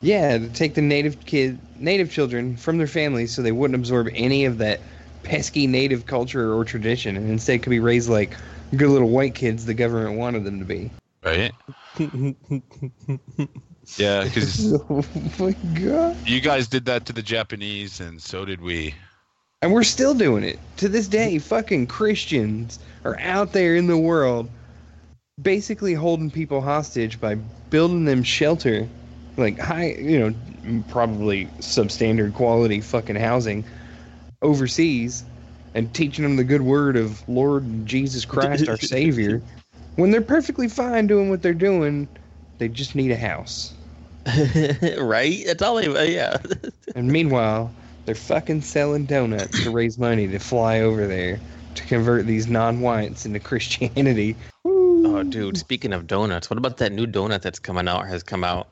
Yeah, to take the native kid, native children from their families, so they wouldn't absorb any of that pesky native culture or tradition, and instead could be raised like good little white kids the government wanted them to be. Right? Yeah, because oh my god! you guys did that to the Japanese, and so did we. And we're still doing it to this day. Fucking Christians are out there in the world, basically holding people hostage by building them shelter, like high, you know, m- probably substandard quality fucking housing overseas, and teaching them the good word of Lord Jesus Christ, our Savior, when they're perfectly fine doing what they're doing. They just need a house. right? That's all uh, they, yeah. And meanwhile, they're fucking selling donuts to raise money to fly over there to convert these non-whites into Christianity. Oh, dude, speaking of donuts, what about that new donut that's coming out, has come out?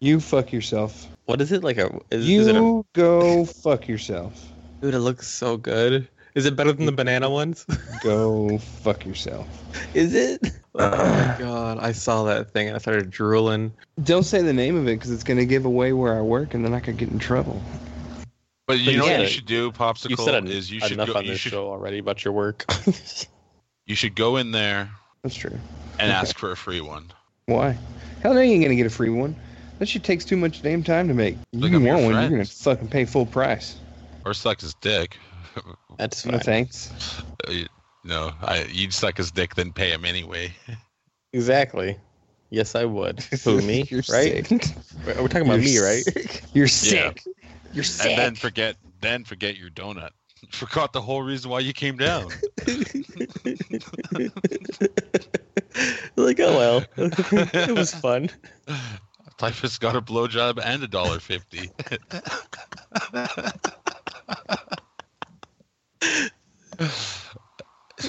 You fuck yourself. What is it? Like a. Is, you is it a. go fuck yourself. Dude, it looks so good. Is it better than the banana ones? Go fuck yourself. Is it? oh my god, I saw that thing and I started drooling. Don't say the name of it because it's going to give away where I work, and then I could get in trouble. But you But know what yeah, you should do, popsicle, You said en- is you should enough go, on you this should, show already about your work. you should go in there That's true. and ask for a free one. Why? Hell no, you ain't going to get a free one. That shit takes too much damn time to make. Look you up your want one, you're friends. going to fucking pay full price. Or suck his dick. That's No thanks. No, I, you'd suck his dick, then pay him anyway. Exactly. Yes, I would. Who, me? You're right? sick. We're we're talking about me, You're right? You're sick. You're sick. And then forget, then forget your donut. Forgot the whole reason why you came down. like, oh well. it was fun. Typhus got a blowjob and a dollar fifty.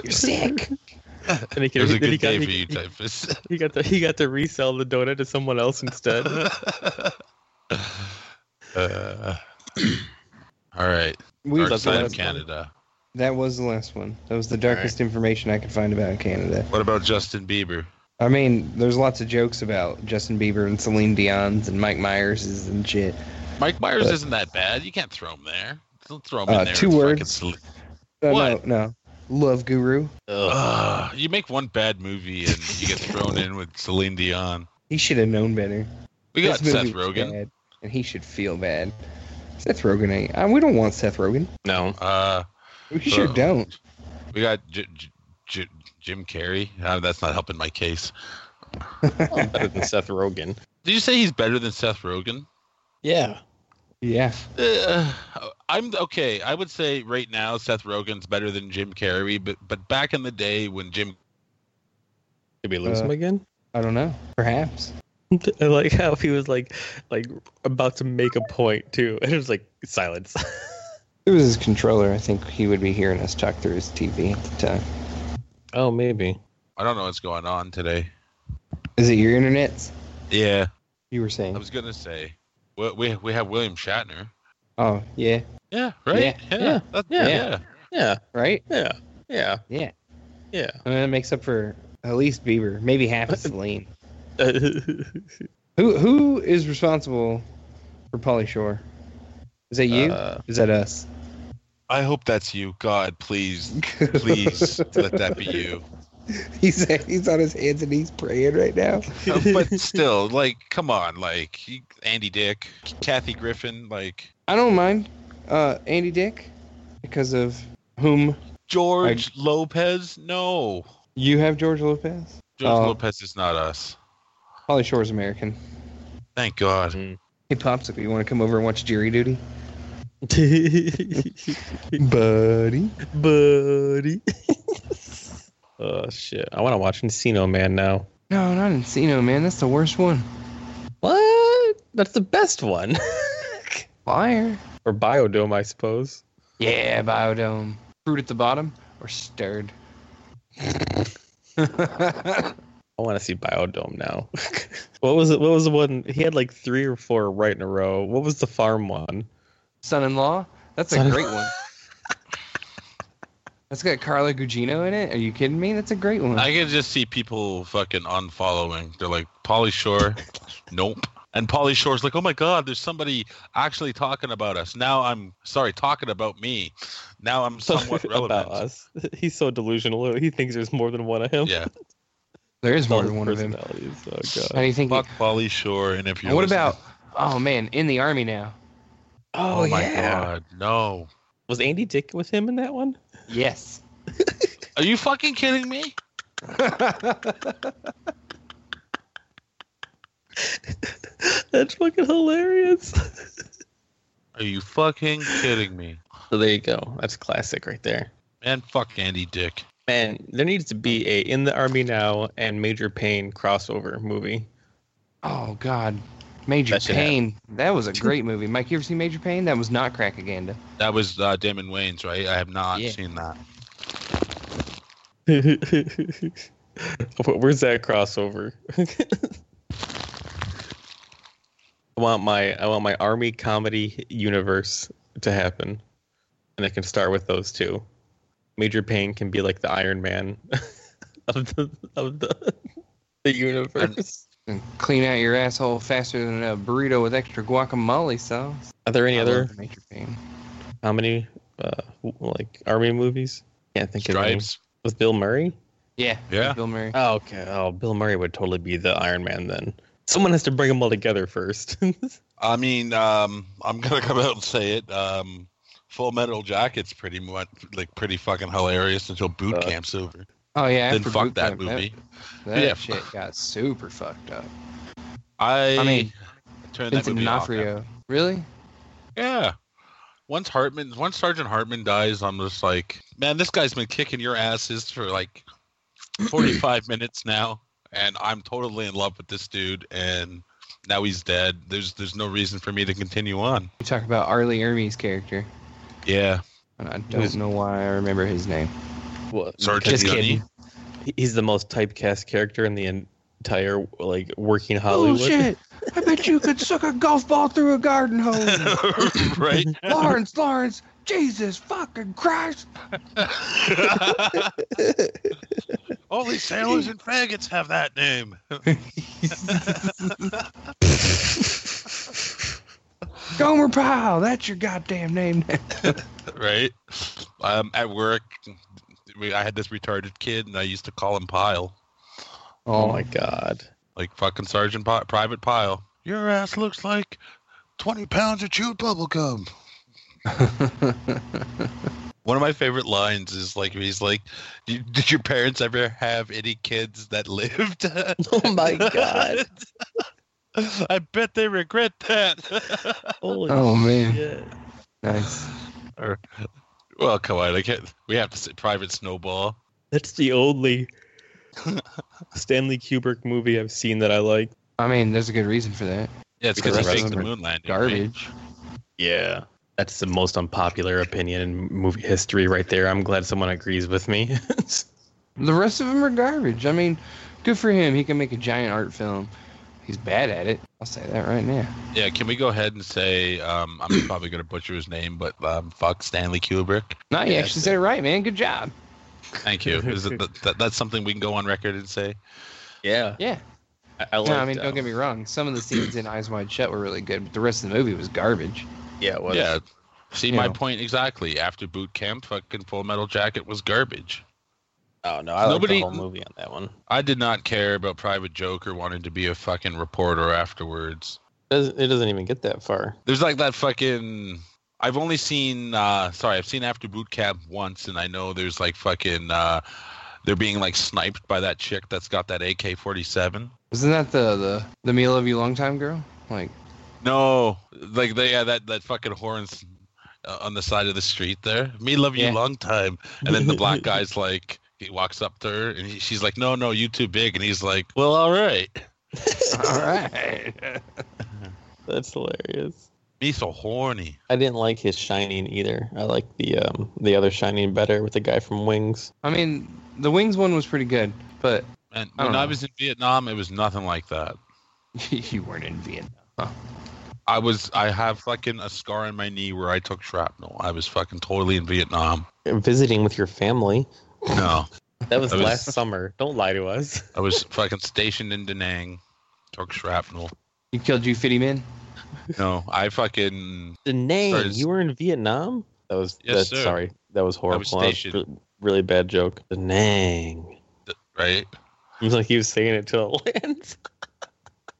You're sick. And he, It could, was a then he good got, day for he, you, Typhus. he got to he got to resell the donut to someone else instead. Uh, all right, We Dark love Side that. of Canada. That was the last one. That was the darkest information I could find about Canada. What about Justin Bieber? I mean, there's lots of jokes about Justin Bieber and Celine Dion's and Mike Myers's and shit. Uh, Mike Myers But- isn't that bad. You can't throw him there. Don't throw him Uh, in there. two It's fucking words. sl- Uh, What? No, no. Love Guru. Ugh. you make one bad movie and you get thrown in with Celine Dion. He should have known better. We got This Seth movie was Rogen. bad, and he should feel bad. Seth Rogen ain't. I, we don't want Seth Rogen. No. Uh, We sure Uh, don't. we got J- J- J- Jim Carrey. Uh, that's not helping my case. Better than Seth Rogen. Did you say he's better than Seth Rogen? Yeah. Yeah. Uh, I'm okay. I would say right now Seth Rogen's better than Jim Carrey, but but back in the day when Jim Did we lose Uh, him again? I don't know. Perhaps. I like how he was like, like about to make a point too, and it was like silence. It was his controller. I think he would be hearing us talk through his TV at the time. oh, maybe. I don't know what's going on today. Is it your internet? Yeah, You were I saying. was gonna say we we, we have William Shatner. Oh, yeah. Yeah, right. Yeah, yeah, that- yeah. yeah. Yeah. Right? Yeah. Yeah. Yeah. Yeah. I mean, that makes up for at least Bieber, maybe half of Celine. Uh, Who Who is responsible for Polly Shore? Is that you? Uh, is that us? I hope that's you. God, please, please let that be you. he's, he's on his hands and knees praying right now. Uh, but still, like, come on, like you- Andy Dick, Kathy Griffin, like I don't mind uh, Andy Dick because of whom George Lopez. No, you have George Lopez. George Oh. Lopez is not us. Polly Shore's American. Thank God. Hey, Popsicle, you want to come over and watch Jury Duty? Buddy. buddy. oh shit! I want to watch Encino Man now. No, not Encino, man. That's the worst one. What? That's the best one. Liar. or Biodome, I suppose. Yeah, biodome. Fruit at the bottom or stirred? I want to see Biodome now. what was it? What was the one? He had like three or four right in a row. What was the farm one? Son in law? That's a Son- great one. That's got Carla Gugino in it. Are you kidding me? That's a great one. I can just see people fucking unfollowing. They're like, Polly Shore, nope. And Polly Shore's like, oh my God, there's somebody actually talking about us. Now I'm sorry, talking about me. Now I'm somewhat relevant. about us. He's so delusional. He thinks there's more than one of him. Yeah. there is It's more all than one of his them. personalities. Oh How do god. you think? Fuck Polly Shore. And if you're. what listening- about? Oh man, in the army now. Oh, my God, no. Was Andy Dick with him in that one? Yes. Are you fucking kidding me? That's fucking hilarious. Are you fucking kidding me? so there you go. That's classic right there. Man, fuck Andy Dick. Man, there needs to be a in the army now and Major Payne crossover movie. Oh God, Major That should Payne. That was a great movie. Mike, you ever seen Major Payne? That was not Crackaganda. That was uh, Damon Wayans, right? I have not Yeah. seen that. Wh- Where's that crossover? I want my I want my army comedy universe to happen, and it can start with those two. Major Payne can be like the Iron Man of the of the the universe. And clean out your asshole faster than a burrito with extra guacamole sauce. Are there I any love other Major Payne. comedy uh, w- like army movies? Can't think of any. Stripes. With Bill Murray? Yeah. Yeah. Bill Murray. Oh, okay. Oh, Bill Murray would totally be the Iron Man then. Someone has to bring them all together first. I mean, um, I'm gonna come out and say it. Um, Full Metal Jacket's pretty much like pretty fucking hilarious until boot Uh, camp's over. Oh yeah. Then after fuck Boot that Camp, movie. That, that Yeah. shit got super fucked up. I, I mean, turned that Vincent movie off. D'Onofrio. Really? Yeah. Once Hartman, once Sergeant Hartman dies, I'm just like, man, this guy's been kicking your asses for like 45 minutes now, and I'm totally in love with this dude. And now he's dead. There's there's no reason for me to continue on. You talk about Arlie Ermey's character, Yeah, and I don't Who's- know why I remember his name. Well, Sergeant Just kidding. Gunny. he- he's the most typecast character in the entire like working Hollywood. I bet you could suck a golf ball through a garden hose. right? Lawrence, Lawrence, Jesus fucking Christ. Only sailors and faggots have that name. Gomer Pyle, that's your goddamn name. right? Um, at work, we, I had this retarded kid, and I used to call him Pile, Oh my god. like fucking Sergeant Pi Private Pile. Your ass looks like twenty pounds of chewed bubble gum. One of my favorite lines is like he's like, "You- "Did your parents ever have any kids that lived?" Oh my god. I bet they regret that. Holy oh man, shit. nice. well, come on, I can't. We have to say Private Snowball. That's the only Stanley Kubrick movie I've seen that I like. I mean, there's a good reason for that. Yeah, it's Because because he the rest faked of the them are moon landing. right? Garbage. Yeah. That's the most unpopular opinion in movie history right there. I'm glad someone agrees with me. The rest of them are garbage. I mean, good for him. He can make a giant art film. He's bad at it. I'll say that right now. Yeah, can we go ahead and say um, I'm probably going to butcher his name, but um, fuck Stanley Kubrick. No, you Yeah, actually said it right, man. Good job. Thank you. Is it, that, that, that's something we can go on record and say. Yeah. Yeah. I, I No, I liked, mean, don't um, get me wrong. Some of the scenes in Eyes Wide Shut were really good, but the rest of the movie was garbage. Yeah, it was. yeah. See You my know. point exactly. After boot camp, fucking Full Metal Jacket was garbage. Oh no, I liked Nobody- the whole movie on that one. I did not care about Private Joker wanting to be a fucking reporter afterwards. Doesn't- it doesn't even get that far. There's like that fucking. I've only seen. Uh, sorry, I've seen After Boot Camp once, and I know there's like fucking. Uh, they're being like sniped by that chick that's got that AK-47. Wasn't that the the the meal of you long time girl? Like, No, like they had that that fucking horns uh, on the side of the street there. Me love you Yeah. long time, and then the black guy's like he walks up to her and he, she's like, no, no, you too big, and he's like, well, all right, all right. That's hilarious. me so horny. I didn't like his Shining either. I like the um, the other Shining better with the guy from Wings. I mean, the Wings one was pretty good, but And I when don't I know. was in Vietnam, it was nothing like that. you weren't in Vietnam. I was, I have fucking a scar on my knee where I took shrapnel. I was fucking totally in Vietnam. Visiting with your family. No, That was That was- last summer. Don't lie to us. I was fucking stationed in Da Nang, took shrapnel. You killed you fifty men. No, I fucking The name. Sorry, it's- You were in Vietnam. That was. Yes, that, sir. Sorry, that was horrible. That was stationed. re- really bad joke. The nang. right. It was like he was saying it till it lands.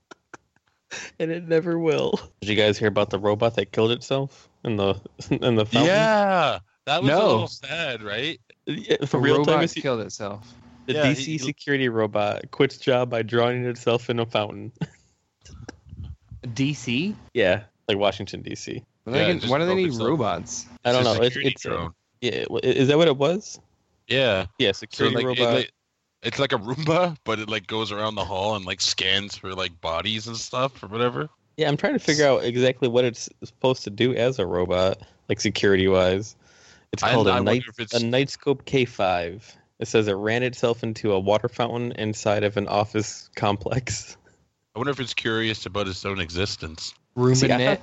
and it never will. Did you guys hear about the robot that killed itself in the in the fountain? Yeah, that was a No. little sad, right? Yeah, for The real time. robot it's- killed itself. The Yeah, DC he- security robot quits job by drowning itself in a fountain. DC. Yeah, like Washington DC. Why do they Yeah, get- just why do they broke need itself. robots? I don't a know. It, security it's drone. yeah. w- Is that what it was? Yeah. Yeah, So security like, it, robot. like- it's like a Roomba, but it like goes around the hall and like scans for like bodies and stuff or whatever. yeah, I'm trying to figure out exactly what it's supposed to do as a robot, like security wise. It's I- called a I wonder night if it's- a Nightscope K5. It says it ran itself into a water fountain inside of an office complex. I wonder if it's curious about its own existence. See, I RumaNet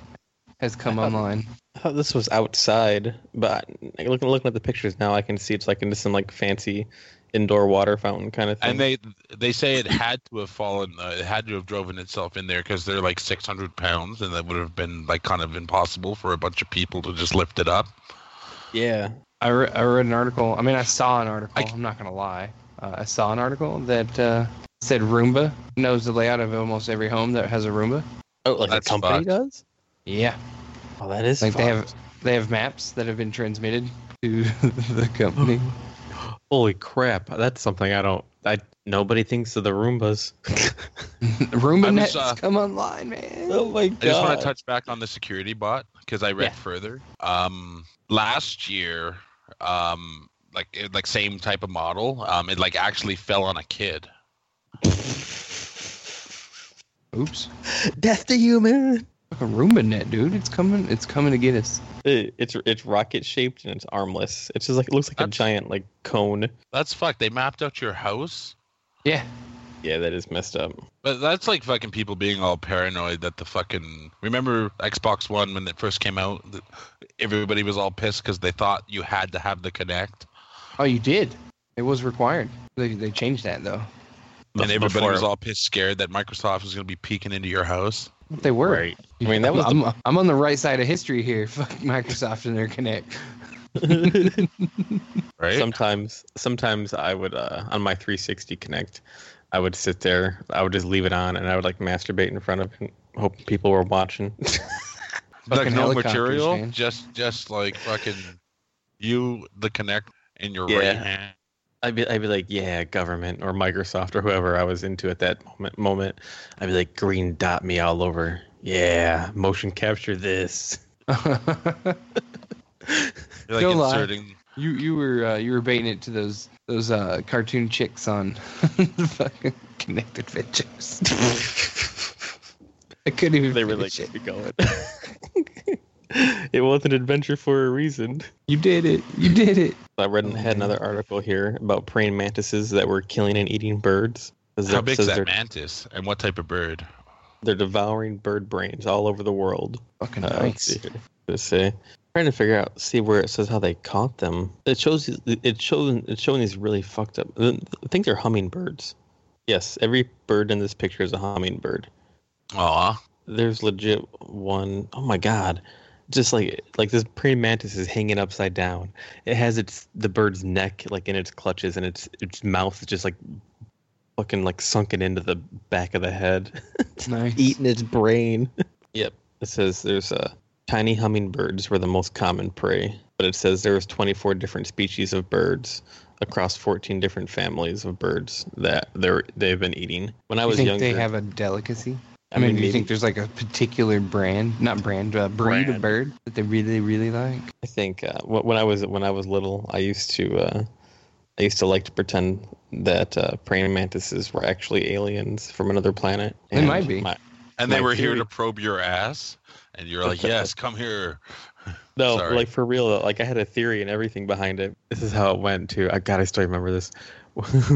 has come online. I thought this was outside, but I- looking looking at the pictures now, I can see it's like in some like fancy indoor water fountain kind of thing. And they they say it had to have fallen, uh, it had to have driven itself in there because they're like 600 pounds, and that would have been like kind of impossible for a bunch of people to just lift it up. yeah, I, re- I read an article. I mean, I saw an article. I- I, am not gonna lie. Uh, I saw an article that uh, said Roomba knows the layout of almost every home that has a Roomba. oh, like That's a company fucked. does. Yeah, Oh, that is like they fucked. have they have maps that have been transmitted to the company. Holy crap! That's something I don't. I nobody thinks of the Roombas. Roomba I net was, uh, has come online, man. oh my I just want god! to touch back on the security bot because I read Yeah. further. Um, last year, um, like it, like same type of model, um, it like actually fell on a kid. Oops, Death to human. Fucking Roomba net, dude. It's coming. It's coming to get us. It, it's it's rocket shaped and it's armless. It's just like it looks like a That's- giant like cone. That's fucked. They mapped out your house, Yeah, Yeah, that is messed up. but that's like fucking people being all paranoid that the fucking remember Xbox One when it first came out. Th- Everybody was all pissed because they thought you had to have the Connect. Oh, you did? It was required. They they changed that though. and everybody Before- was all pissed scared that Microsoft was going to be peeking into your house. But they were. Right. I mean, that was the- I'm, I'm, I'm on the right side of history here. Fuck Microsoft and their Connect. Right? Sometimes, sometimes I would uh, on my 360 Connect, I would sit there. I would just leave it on, and I would like masturbate in front of him, hoping people were watching. like fucking no helicopters, material, man. just just like fucking you, the connect in your Yeah. right hand. I'd be, I'd be like, yeah, government or Microsoft or whoever I was into at that moment. Moment, I'd be like, green dot me all over. Yeah, motion capture this. You're like Don't lie. inserting. you you were uh, you were baiting it to those those uh, cartoon chicks on the fucking Connect Adventures. I couldn't even. They were like, finish it. keep going. it was an adventure for a reason. "You did it! You did it!" I read and had another article here about praying mantises that were killing and eating birds. Says How they're- big is says that they're, mantis, and what type of bird? They're devouring bird brains all over the world. Fucking Uh, let's nice. see here. Let's see. Trying to figure out, see where it says how they caught them. It shows. It shows. It's showing these really fucked up. I think they're hummingbirds. Yes, every bird in this picture is a hummingbird. Aw, There's legit one oh my god. Just like like this praying mantis is hanging upside down. It has its the bird's neck like in its clutches and its its mouth is just like fucking like sunken into the back of the head. Nice. Eating its brain. yep. It says there's uh tiny hummingbirds were the most common prey, but it says there was 24 different species of birds across 14 different families of birds that they're they've been eating. When I you was think younger, they have a delicacy? I do mean, you maybe- think there's like a particular brand, not brand, uh, breed Brand. of bird that they really, really like? I think uh, wh- when I was when I was little, I used to uh, I used to like to pretend that uh, praying mantises were actually aliens from another planet. They might be. my- and they My were here theory- to probe your ass, and you're like, yes, come here. no, Sorry. like for real. though, Like I had a theory and everything behind it. This is how it went too. I God, I still remember this.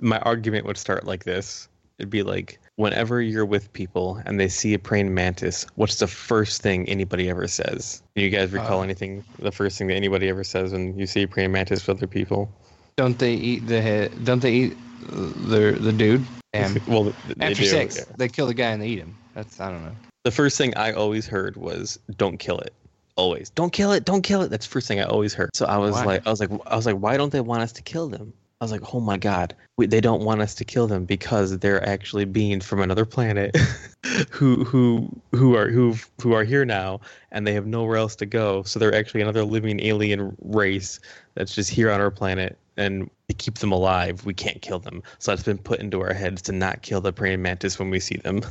my argument would start like this. It'd be like, whenever you're with people and they see a praying mantis, what's the first thing anybody ever says? Do you guys recall Uh, anything? The first thing that anybody ever says when you see a praying mantis with other people? Don't they eat the head? Don't they eat uh, the the dude? Damn. well, th- th- they After do, sex, yeah. they kill the guy and they eat him. That's I don't know. The first thing I always heard was "Don't kill it." Always, don't kill it, don't kill it. That's the first thing I always heard. So I was Why? like, I was like, I was like, why don't they want us to kill them? I was like, oh my god, we, they don't want us to kill them because they're actually beings from another planet, who who who are who who are here now, and they have nowhere else to go. So they're actually another living alien race that's just here on our planet. And to keep them alive, we can't kill them. So that's been put into our heads to not kill the praying mantis when we see them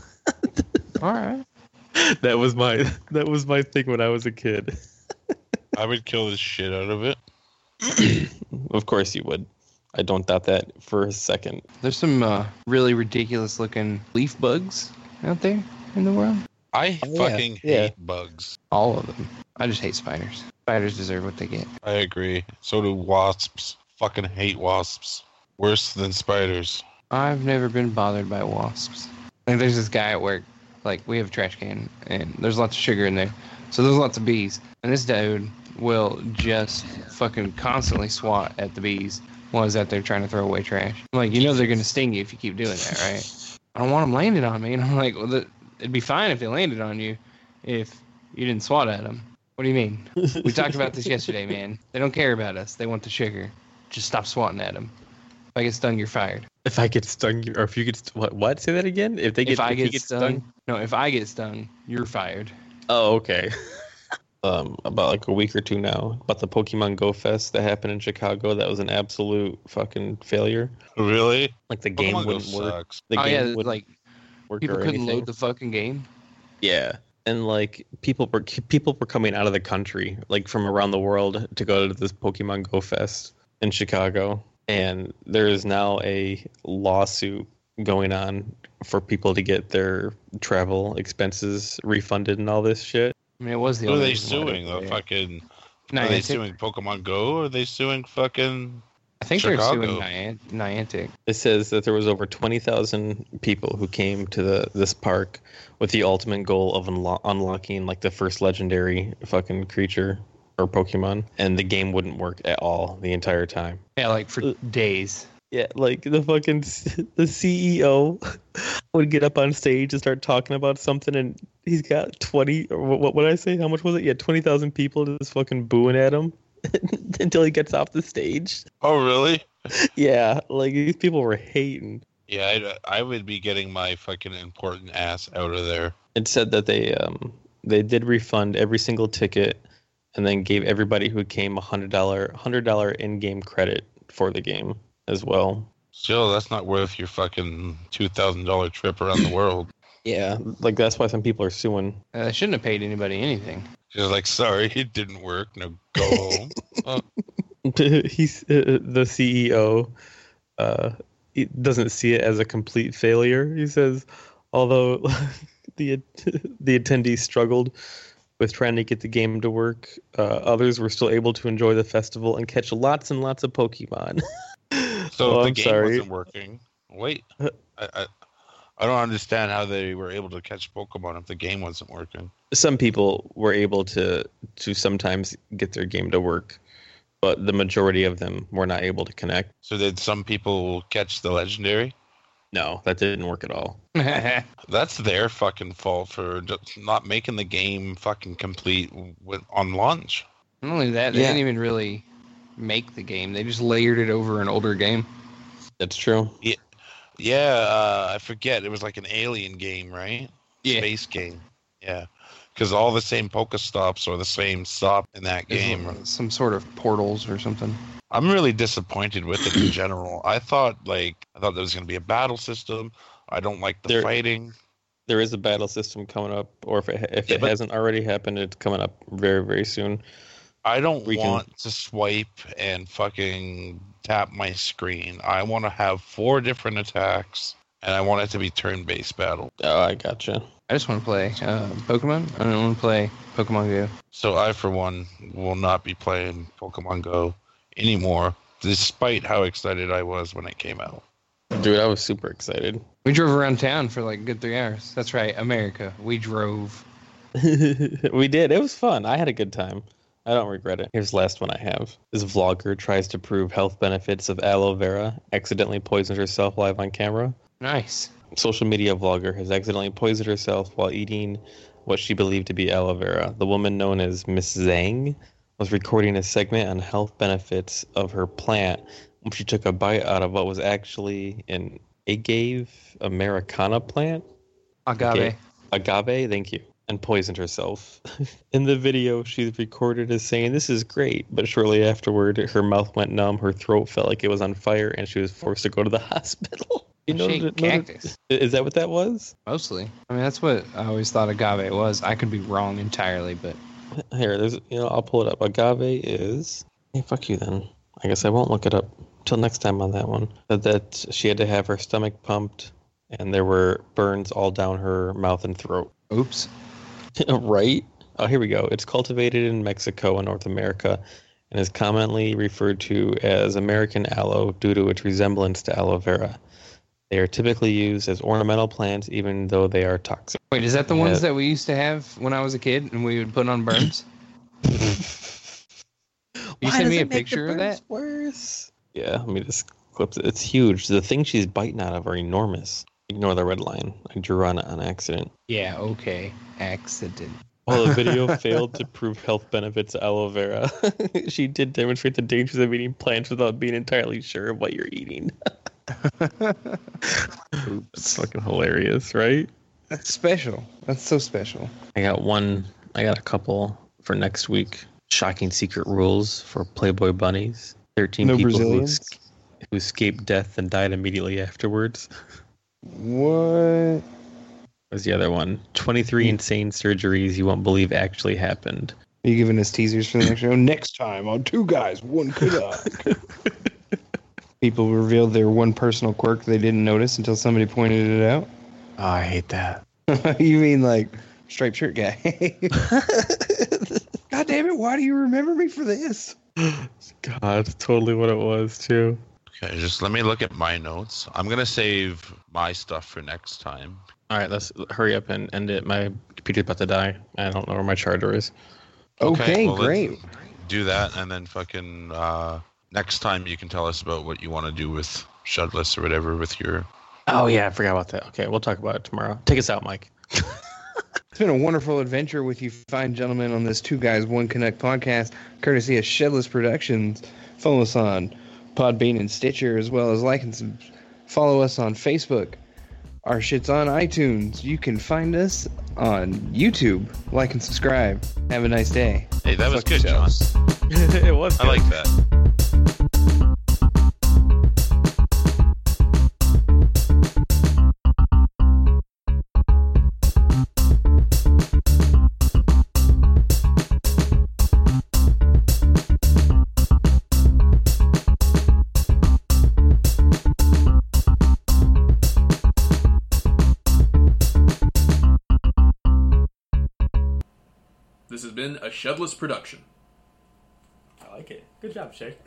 All right. that was my that was my thing when I was a kid. I would kill the shit out of it. Of course you would. I don't doubt that for a second. There's some uh, really ridiculous looking leaf bugs out there in the world. I Oh, yeah, fucking yeah. hate bugs. All of them. I just hate spiders. Spiders deserve what they get. I agree. So do wasps. Fucking hate wasps. Worse than spiders. I've never been bothered by wasps. Like there's this guy at work. Like we have a trash can and there's lots of sugar in there, so there's lots of bees. And this dude will just fucking constantly swat at the bees while he's out there trying to throw away trash. I'm like, you know they're gonna sting you if you keep doing that, right? I don't want them landing on me. And I'm like, well, the, it'd be fine if they landed on you, if you didn't swat at them. What do you mean? We talked about this yesterday, man. They don't care about us. They want the sugar. Just stop swatting at them. If I get stung, you're fired If I get stung, you- or if you get st- what? What? Say that again. If they get, if I you get, stung, no, if I get stung, you're fired. Oh, okay. um, about like a week or two now, about the Pokemon Go Fest that happened in Chicago. That was an absolute fucking failure. Really? Like the game Pokemon Go wouldn't work. sucks. The oh game yeah, wouldn't like work people or couldn't anything. load the fucking game. Yeah, and like people were people were coming out of the country, like from around the world, to go to this Pokemon Go Fest in Chicago, and there is now a lawsuit going on for people to get their travel expenses refunded and all this shit. I mean, it was the Who are only. they reason why suing? The were there. fucking. are they Niantic. suing Pokemon Go? Or are they suing fucking? I think they're Chicago? suing Niant- Niantic. It says that there was over 20,000 people who came to the, this park with the ultimate goal of unlo- unlocking like the first legendary fucking creature or Pokemon, and the game wouldn't work at all the entire time. Yeah, like for Uh, days. Yeah, like the fucking the CEO would get up on stage and start talking about something, and he's got twenty. Or what, what would I say? How much was it? Yeah, twenty thousand people just fucking booing at him until he gets off the stage. Oh, really? Yeah, like these people were hating. Yeah, I'd, I would be getting my fucking important ass out of there. It said that they um they did refund every single ticket, and then gave everybody who came a hundred dollar hundred dollar in game credit for the game as well. Still, that's not worth your fucking two thousand dollar trip around the world. Yeah, like that's why some people are suing. Uh, I shouldn't have paid anybody anything. Just like, sorry, it didn't work. Now go home. he's uh, the CEO. Uh, he doesn't see it as a complete failure. He says, although the the attendees struggled with trying to get the game to work, uh, others were still able to enjoy the festival and catch lots and lots of Pokemon. So Oh, if the I'm game sorry. wasn't working. Wait, I, I I don't understand how they were able to catch Pokemon if the game wasn't working. Some people were able to to sometimes get their game to work, but the majority of them were not able to connect. So did some people catch the legendary? No, that didn't work at all. That's their fucking fault for just not making the game fucking complete with, on launch. Not only that, they Yeah. didn't even really make the game. They just layered it over an older game. That's true. Yeah, uh, I forget. It was like an alien game, right? Yeah. Space game. Yeah. Because all the same Pokestops are the same stop in that There's game. Some sort of portals or something. I'm really disappointed with it in general. I thought like I thought there was going to be a battle system. I don't like the There- fighting. there is a battle system coming up, or if it, if Yeah, it but- hasn't already happened, it's coming up very very soon. I don't we can- want to swipe and fucking tap my screen. I want to have four different attacks, and I want it to be turn-based battle. Oh, I gotcha. I just want to play uh, Pokemon. I don't want to play Pokemon Go. So I, for one, will not be playing Pokemon Go anymore, despite how excited I was when it came out. Dude, I was super excited. We drove around town for like a good three hours. That's right, America. We drove. we did. It was fun. I had a good time. I don't regret it. Here's the last one I have. This vlogger tries to prove health benefits of aloe vera, accidentally poisoned herself live on camera. Nice. social media vlogger has accidentally poisoned herself while eating what she believed to be aloe vera. The woman known as Miss Zhang was recording a segment on health benefits of her plant when she took a bite out of what was actually an agave americana plant Agave. Okay. agave, thank you, and poisoned herself. In the video, she's recorded as saying, This is great, but shortly afterward, her mouth went numb, her throat felt like it was on fire, and she was forced to go to the hospital. You And noted- she ate noted- cactus. Is that what that was? Mostly. I mean, that's what I always thought agave was. I could be wrong entirely, but Here, there's, you know, I'll pull it up. Agave is. Hey, fuck you then. I guess I won't look it up till next time on that one. But that she had to have her stomach pumped, and there were burns all down her mouth and throat. oops. right? Oh, here we go. It's cultivated in Mexico and North America and is commonly referred to as American aloe due to its resemblance to aloe vera. They are typically used as ornamental plants, even though they are toxic. Wait, is that the Yeah. ones that we used to have when I was a kid and we would put on burns? you send me a picture of that? Worse. Yeah, let me just clip it. It's huge. The things she's biting out of are enormous. Ignore the red line. I drew on it on accident. Yeah, okay. Accident. While the video failed to prove health benefits of aloe vera, she did demonstrate the dangers of eating plants without being entirely sure of what you're eating. It's fucking hilarious, right? That's special. That's so special. I got one. I got a couple for next week. Shocking secret rules for Playboy bunnies. Thirteen No people Brazilians? Who, es- who escaped death and died immediately afterwards. What? Was the other one? Twenty-three insane surgeries you won't believe actually happened. Are you giving us teasers for the next show? Next time on Two Guys, One Kudak. People revealed their one personal quirk they didn't notice until somebody pointed it out. Oh, I hate that. you mean like striped shirt guy? God damn it! Why do you remember me for this? God, that's totally what it was too. Okay, just let me look at my notes. I'm gonna save my stuff for next time. All right, let's hurry up and end it. My computer's about to die. I don't know where my charger is. Okay, well, let's- great. do that, and then fucking uh, next time you can tell us about what you want to do with Shudless or whatever with your. Oh yeah, I forgot about that. Okay, we'll talk about it tomorrow. Take us out, Mike. It's been a wonderful adventure with you fine gentlemen on this Two Guys One Connect podcast, courtesy of Shedless Productions. Follow us on Podbean and Stitcher, as well as like and sub- follow us on Facebook. Our shit's on iTunes. You can find us on YouTube. Like and subscribe. Have a nice day. Hey, that was Fuck good, John. yourselves. it was. I like that. This has been a Shedless production. I like it. Good job, Shay.